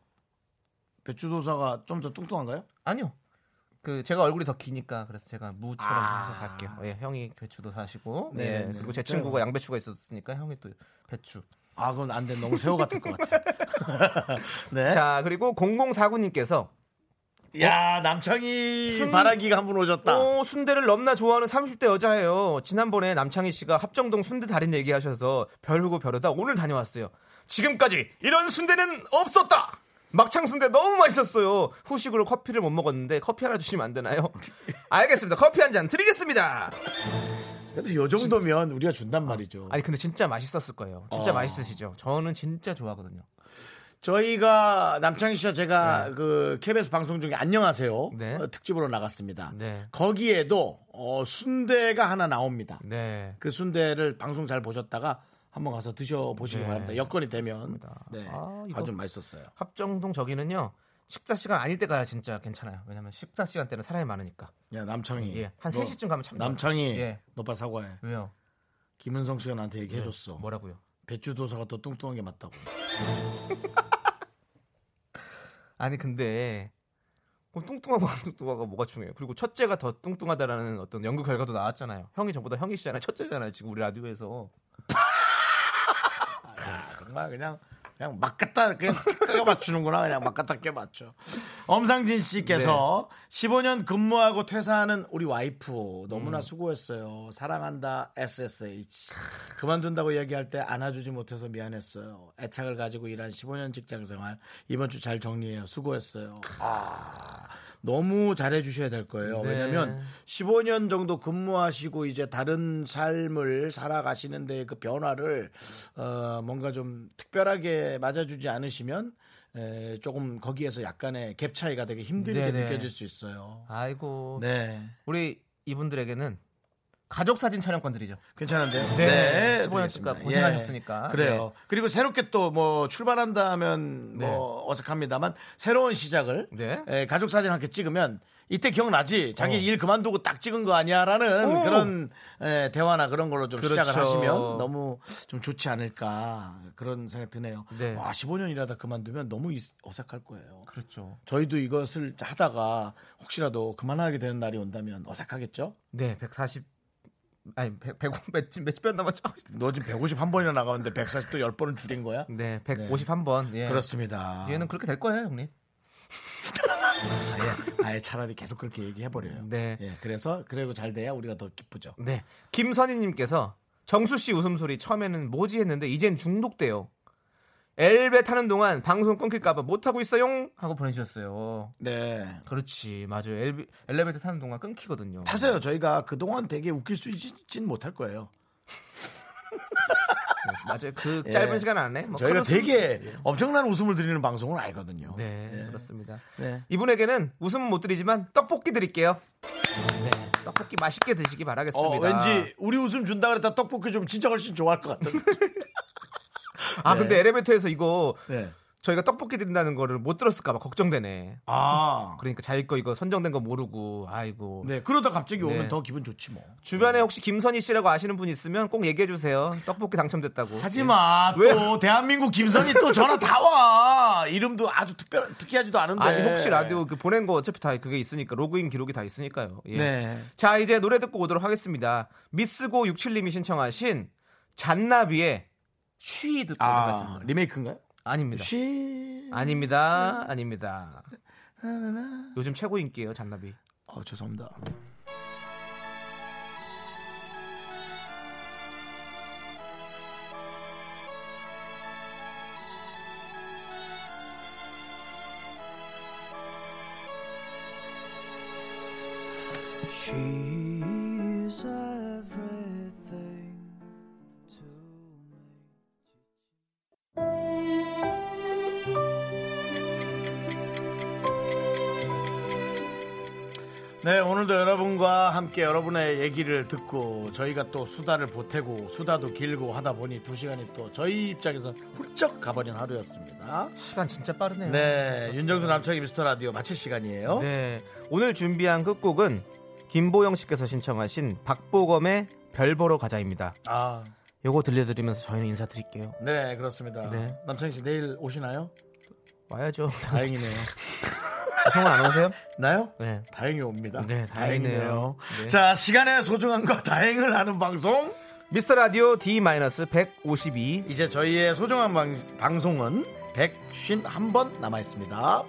배추도사가 좀 더 뚱뚱한가요? 아니요 그 제가 얼굴이 더 기니까 그래서 제가 무처럼 해서 갈게요 예 형이 배추도 사시고 예 아. 네네네. 그리고 제 친구가 양배추가 있었으니까 형이 또 배추 아, 그건 안 돼. 너무 새우 같을 것 같아. 네. 자 그리고 0049님께서 야 남창희 순- 바라기가 한 분 오셨다. 오 순대를 넘나 좋아하는 30대 여자예요 지난번에 남창희 씨가 합정동 순대 달인 얘기하셔서 벼르고 벼르다 오늘 다녀왔어요 지금까지 이런 순대는 없었다 막창 순대 너무 맛있었어요 후식으로 커피를 못 먹었는데 커피 하나 주시면 안 되나요 알겠습니다 커피 한 잔 드리겠습니다 그래도 요 정도면 우리가 준단 말이죠. 아니 근데 진짜 맛있었을 거예요. 진짜 어. 맛있으시죠. 저는 진짜 좋아하거든요. 저희가 남창희 씨와 제가 그 KBS 방송 중에 안녕하세요 네. 어, 특집으로 나갔습니다. 네. 거기에도 어, 순대가 하나 나옵니다. 네. 그 순대를 방송 잘 보셨다가 한번 가서 드셔 보시기 네. 바랍니다. 여건이 되면 네. 아, 이거- 아주 맛있었어요. 합정동 저기는요. 식사 시간 아닐 때 가야 진짜 괜찮아요. 왜냐면 식사 시간 때는 사람이 많으니까. 야 남창희. 예. 음. 한 너- 3시쯤 가면 참 남창희. 좋아요. 예. 너 빨리 사과해. 왜요? 네, 김은성 씨가 나한테 예, 얘기해줬어. 뭐라고요? 배추도사가 또 뚱뚱한 게 맞다고. 아니 근데 그럼 뚱뚱하고 안 뚱뚱하고 뭐가 중요해요? 그리고 첫째가 더 뚱뚱하다라는 어떤 연구 결과도 나왔잖아요. 형이 저보다 형이시잖아요. 첫째잖아요. 지금 우리 라디오에서. 정말 그냥 그냥 막 갖다 그냥 껴 맞추는구나 그냥 막 갖다 껴 맞춰. 엄상진 씨께서 15년 근무하고 퇴사하는 우리 와이프 너무나 수고했어요. 사랑한다 SSH. 그만둔다고 얘기할 때 안아주지 못해서 미안했어요. 애착을 가지고 일한 15년 직장 생활 이번 주 잘 정리해요. 수고했어요. 너무 잘해 주셔야 될 거예요. 아. 네. 왜냐면 15년 정도 근무하시고 이제 다른 삶을 살아가시는데 그 변화를 어 뭔가 좀 특별하게 맞아주지 않으시면 에, 조금 거기에서 약간의 갭 차이가 되게 힘들게 네네. 느껴질 수 있어요. 아이고 네. 우리 이분들에게는 가족 사진 촬영권 드리죠. 괜찮은데요? 네, 네, 15년 드리겠습니다. 동안 고생하셨으니까. 예, 그래요. 네. 그리고 새롭게 또 뭐 출발한다면 뭐 어색합니다만 새로운 시작을 네. 예, 가족 사진 함께 찍으면 이때 기억나지? 자기 어. 일 그만두고 딱 찍은 거 아니야라는 오. 그런 예, 대화나 그런 걸로 좀 시작을 그렇죠. 하시면 너무 좀 좋지 않을까 그런 생각 드네요. 네. 와 15년 일하다 그만두면 너무 이- 어색할 거예요. 그렇죠. 저희도 이것을 하다가 혹시라도 그만하게 되는 날이 온다면 어색하겠죠? 네, 140 아니 100 몇십 몇십 편 남았죠. 너 지금 150 한 번이나 나가는데 140 또 10번은 줄인 거야? 네, 151번. 예. 그렇습니다. 뒤에는 그렇게 될 거예요, 형님. 아예, 아예 차라리 계속 그렇게 얘기해 버려요. 네. 예, 그래서 그래도 잘 돼야 우리가 더 기쁘죠. 네. 김선희님께서 정수 씨 웃음소리 처음에는 뭐지 했는데 이젠 중독돼요. 엘베 타는 동안 방송 끊길까봐 못하고 있어요. 하고 보내주셨어요. 네. 그렇지, 맞아요. 엘베, 엘리베이터 타는 동안 끊기거든요. 타세요. 저희가 그동안 되게 웃길 수 있진 못할 거예요. 맞아요. 그 예. 짧은 시간 안에 뭐 저희가 크로스- 되게 엄청난 웃음을 드리는 방송을 알거든요. 네, 예. 그렇습니다. 네. 이분에게는 웃음은 못 드리지만 떡볶이 드릴게요. 네, 떡볶이 맛있게 드시기 어, 바라겠습니다. 왠지 우리 웃음 준다 그랬다 떡볶이 좀 진짜 훨씬 좋아할 것 같은. 아 근데 엘리베이터에서 이거 네. 저희가 떡볶이 드린다는 거를 못 들었을까봐 걱정되네. 아. 그러니까 자기 거 이거 선정된 거 모르고 아이고. 네. 그러다 갑자기 오면 네. 더 기분 좋지 뭐. 주변에 혹시 김선희 씨라고 아시는 분 있으면 꼭 얘기해 주세요. 떡볶이 당첨됐다고. 예. 하지 마. 네. 왜? 또 대한민국 김선희 또 전화 다 와. 이름도 아주 특별 특이하지도 않은데. 아니 혹시 라디오 그 보낸 거 어차피 다 그게 있으니까 로그인 기록이 다 있으니까요. 예. 네. 자 이제 노래 듣고 오도록 하겠습니다. 미스고 67님이 신청하신 잔나비의 쉬 듣고 아, 나갔습니다. 네. 리메이크인가요? 아닙니다. 쉬. 아닙니다. 아닙니다. 네. 요즘 최고 인기예요 잔나비. 어, 죄송합니다. She's everything to me. 네, 오늘도 여러분과 함께 여러분의 얘기를 듣고 저희가 또 수다를 보태고 수다도 길고 하다 보니 두 시간이 또 저희 입장에서 훌쩍 가버린 하루였습니다. 시간 진짜 빠르네요. 네, 윤정수 남창희 미스터 라디오 마칠 시간이에요. 네. 오늘 준비한 끝곡은 김보영 씨께서 신청하신 박보검의 별 보러 가자입니다. 아, 요거 들려드리면서 저희는 인사드릴게요. 네, 그렇습니다. 네. 남창희 씨 내일 오시나요? 와야죠. 다행이네요. 형은 안 오세요? 나요? 네. 다행히 옵니다. 네, 다행이네요. 네. 자, 시간의 소중함과 다행을 하는 방송. 미스터 라디오 D-152. 이제 저희의 소중한 방, 방송은 151번 남아 있습니다.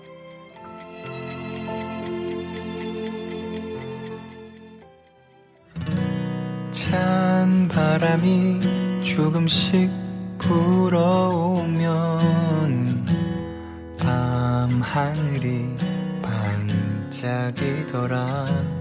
찬 바람이 조금씩 불어오면 밤하늘이 반짝이더라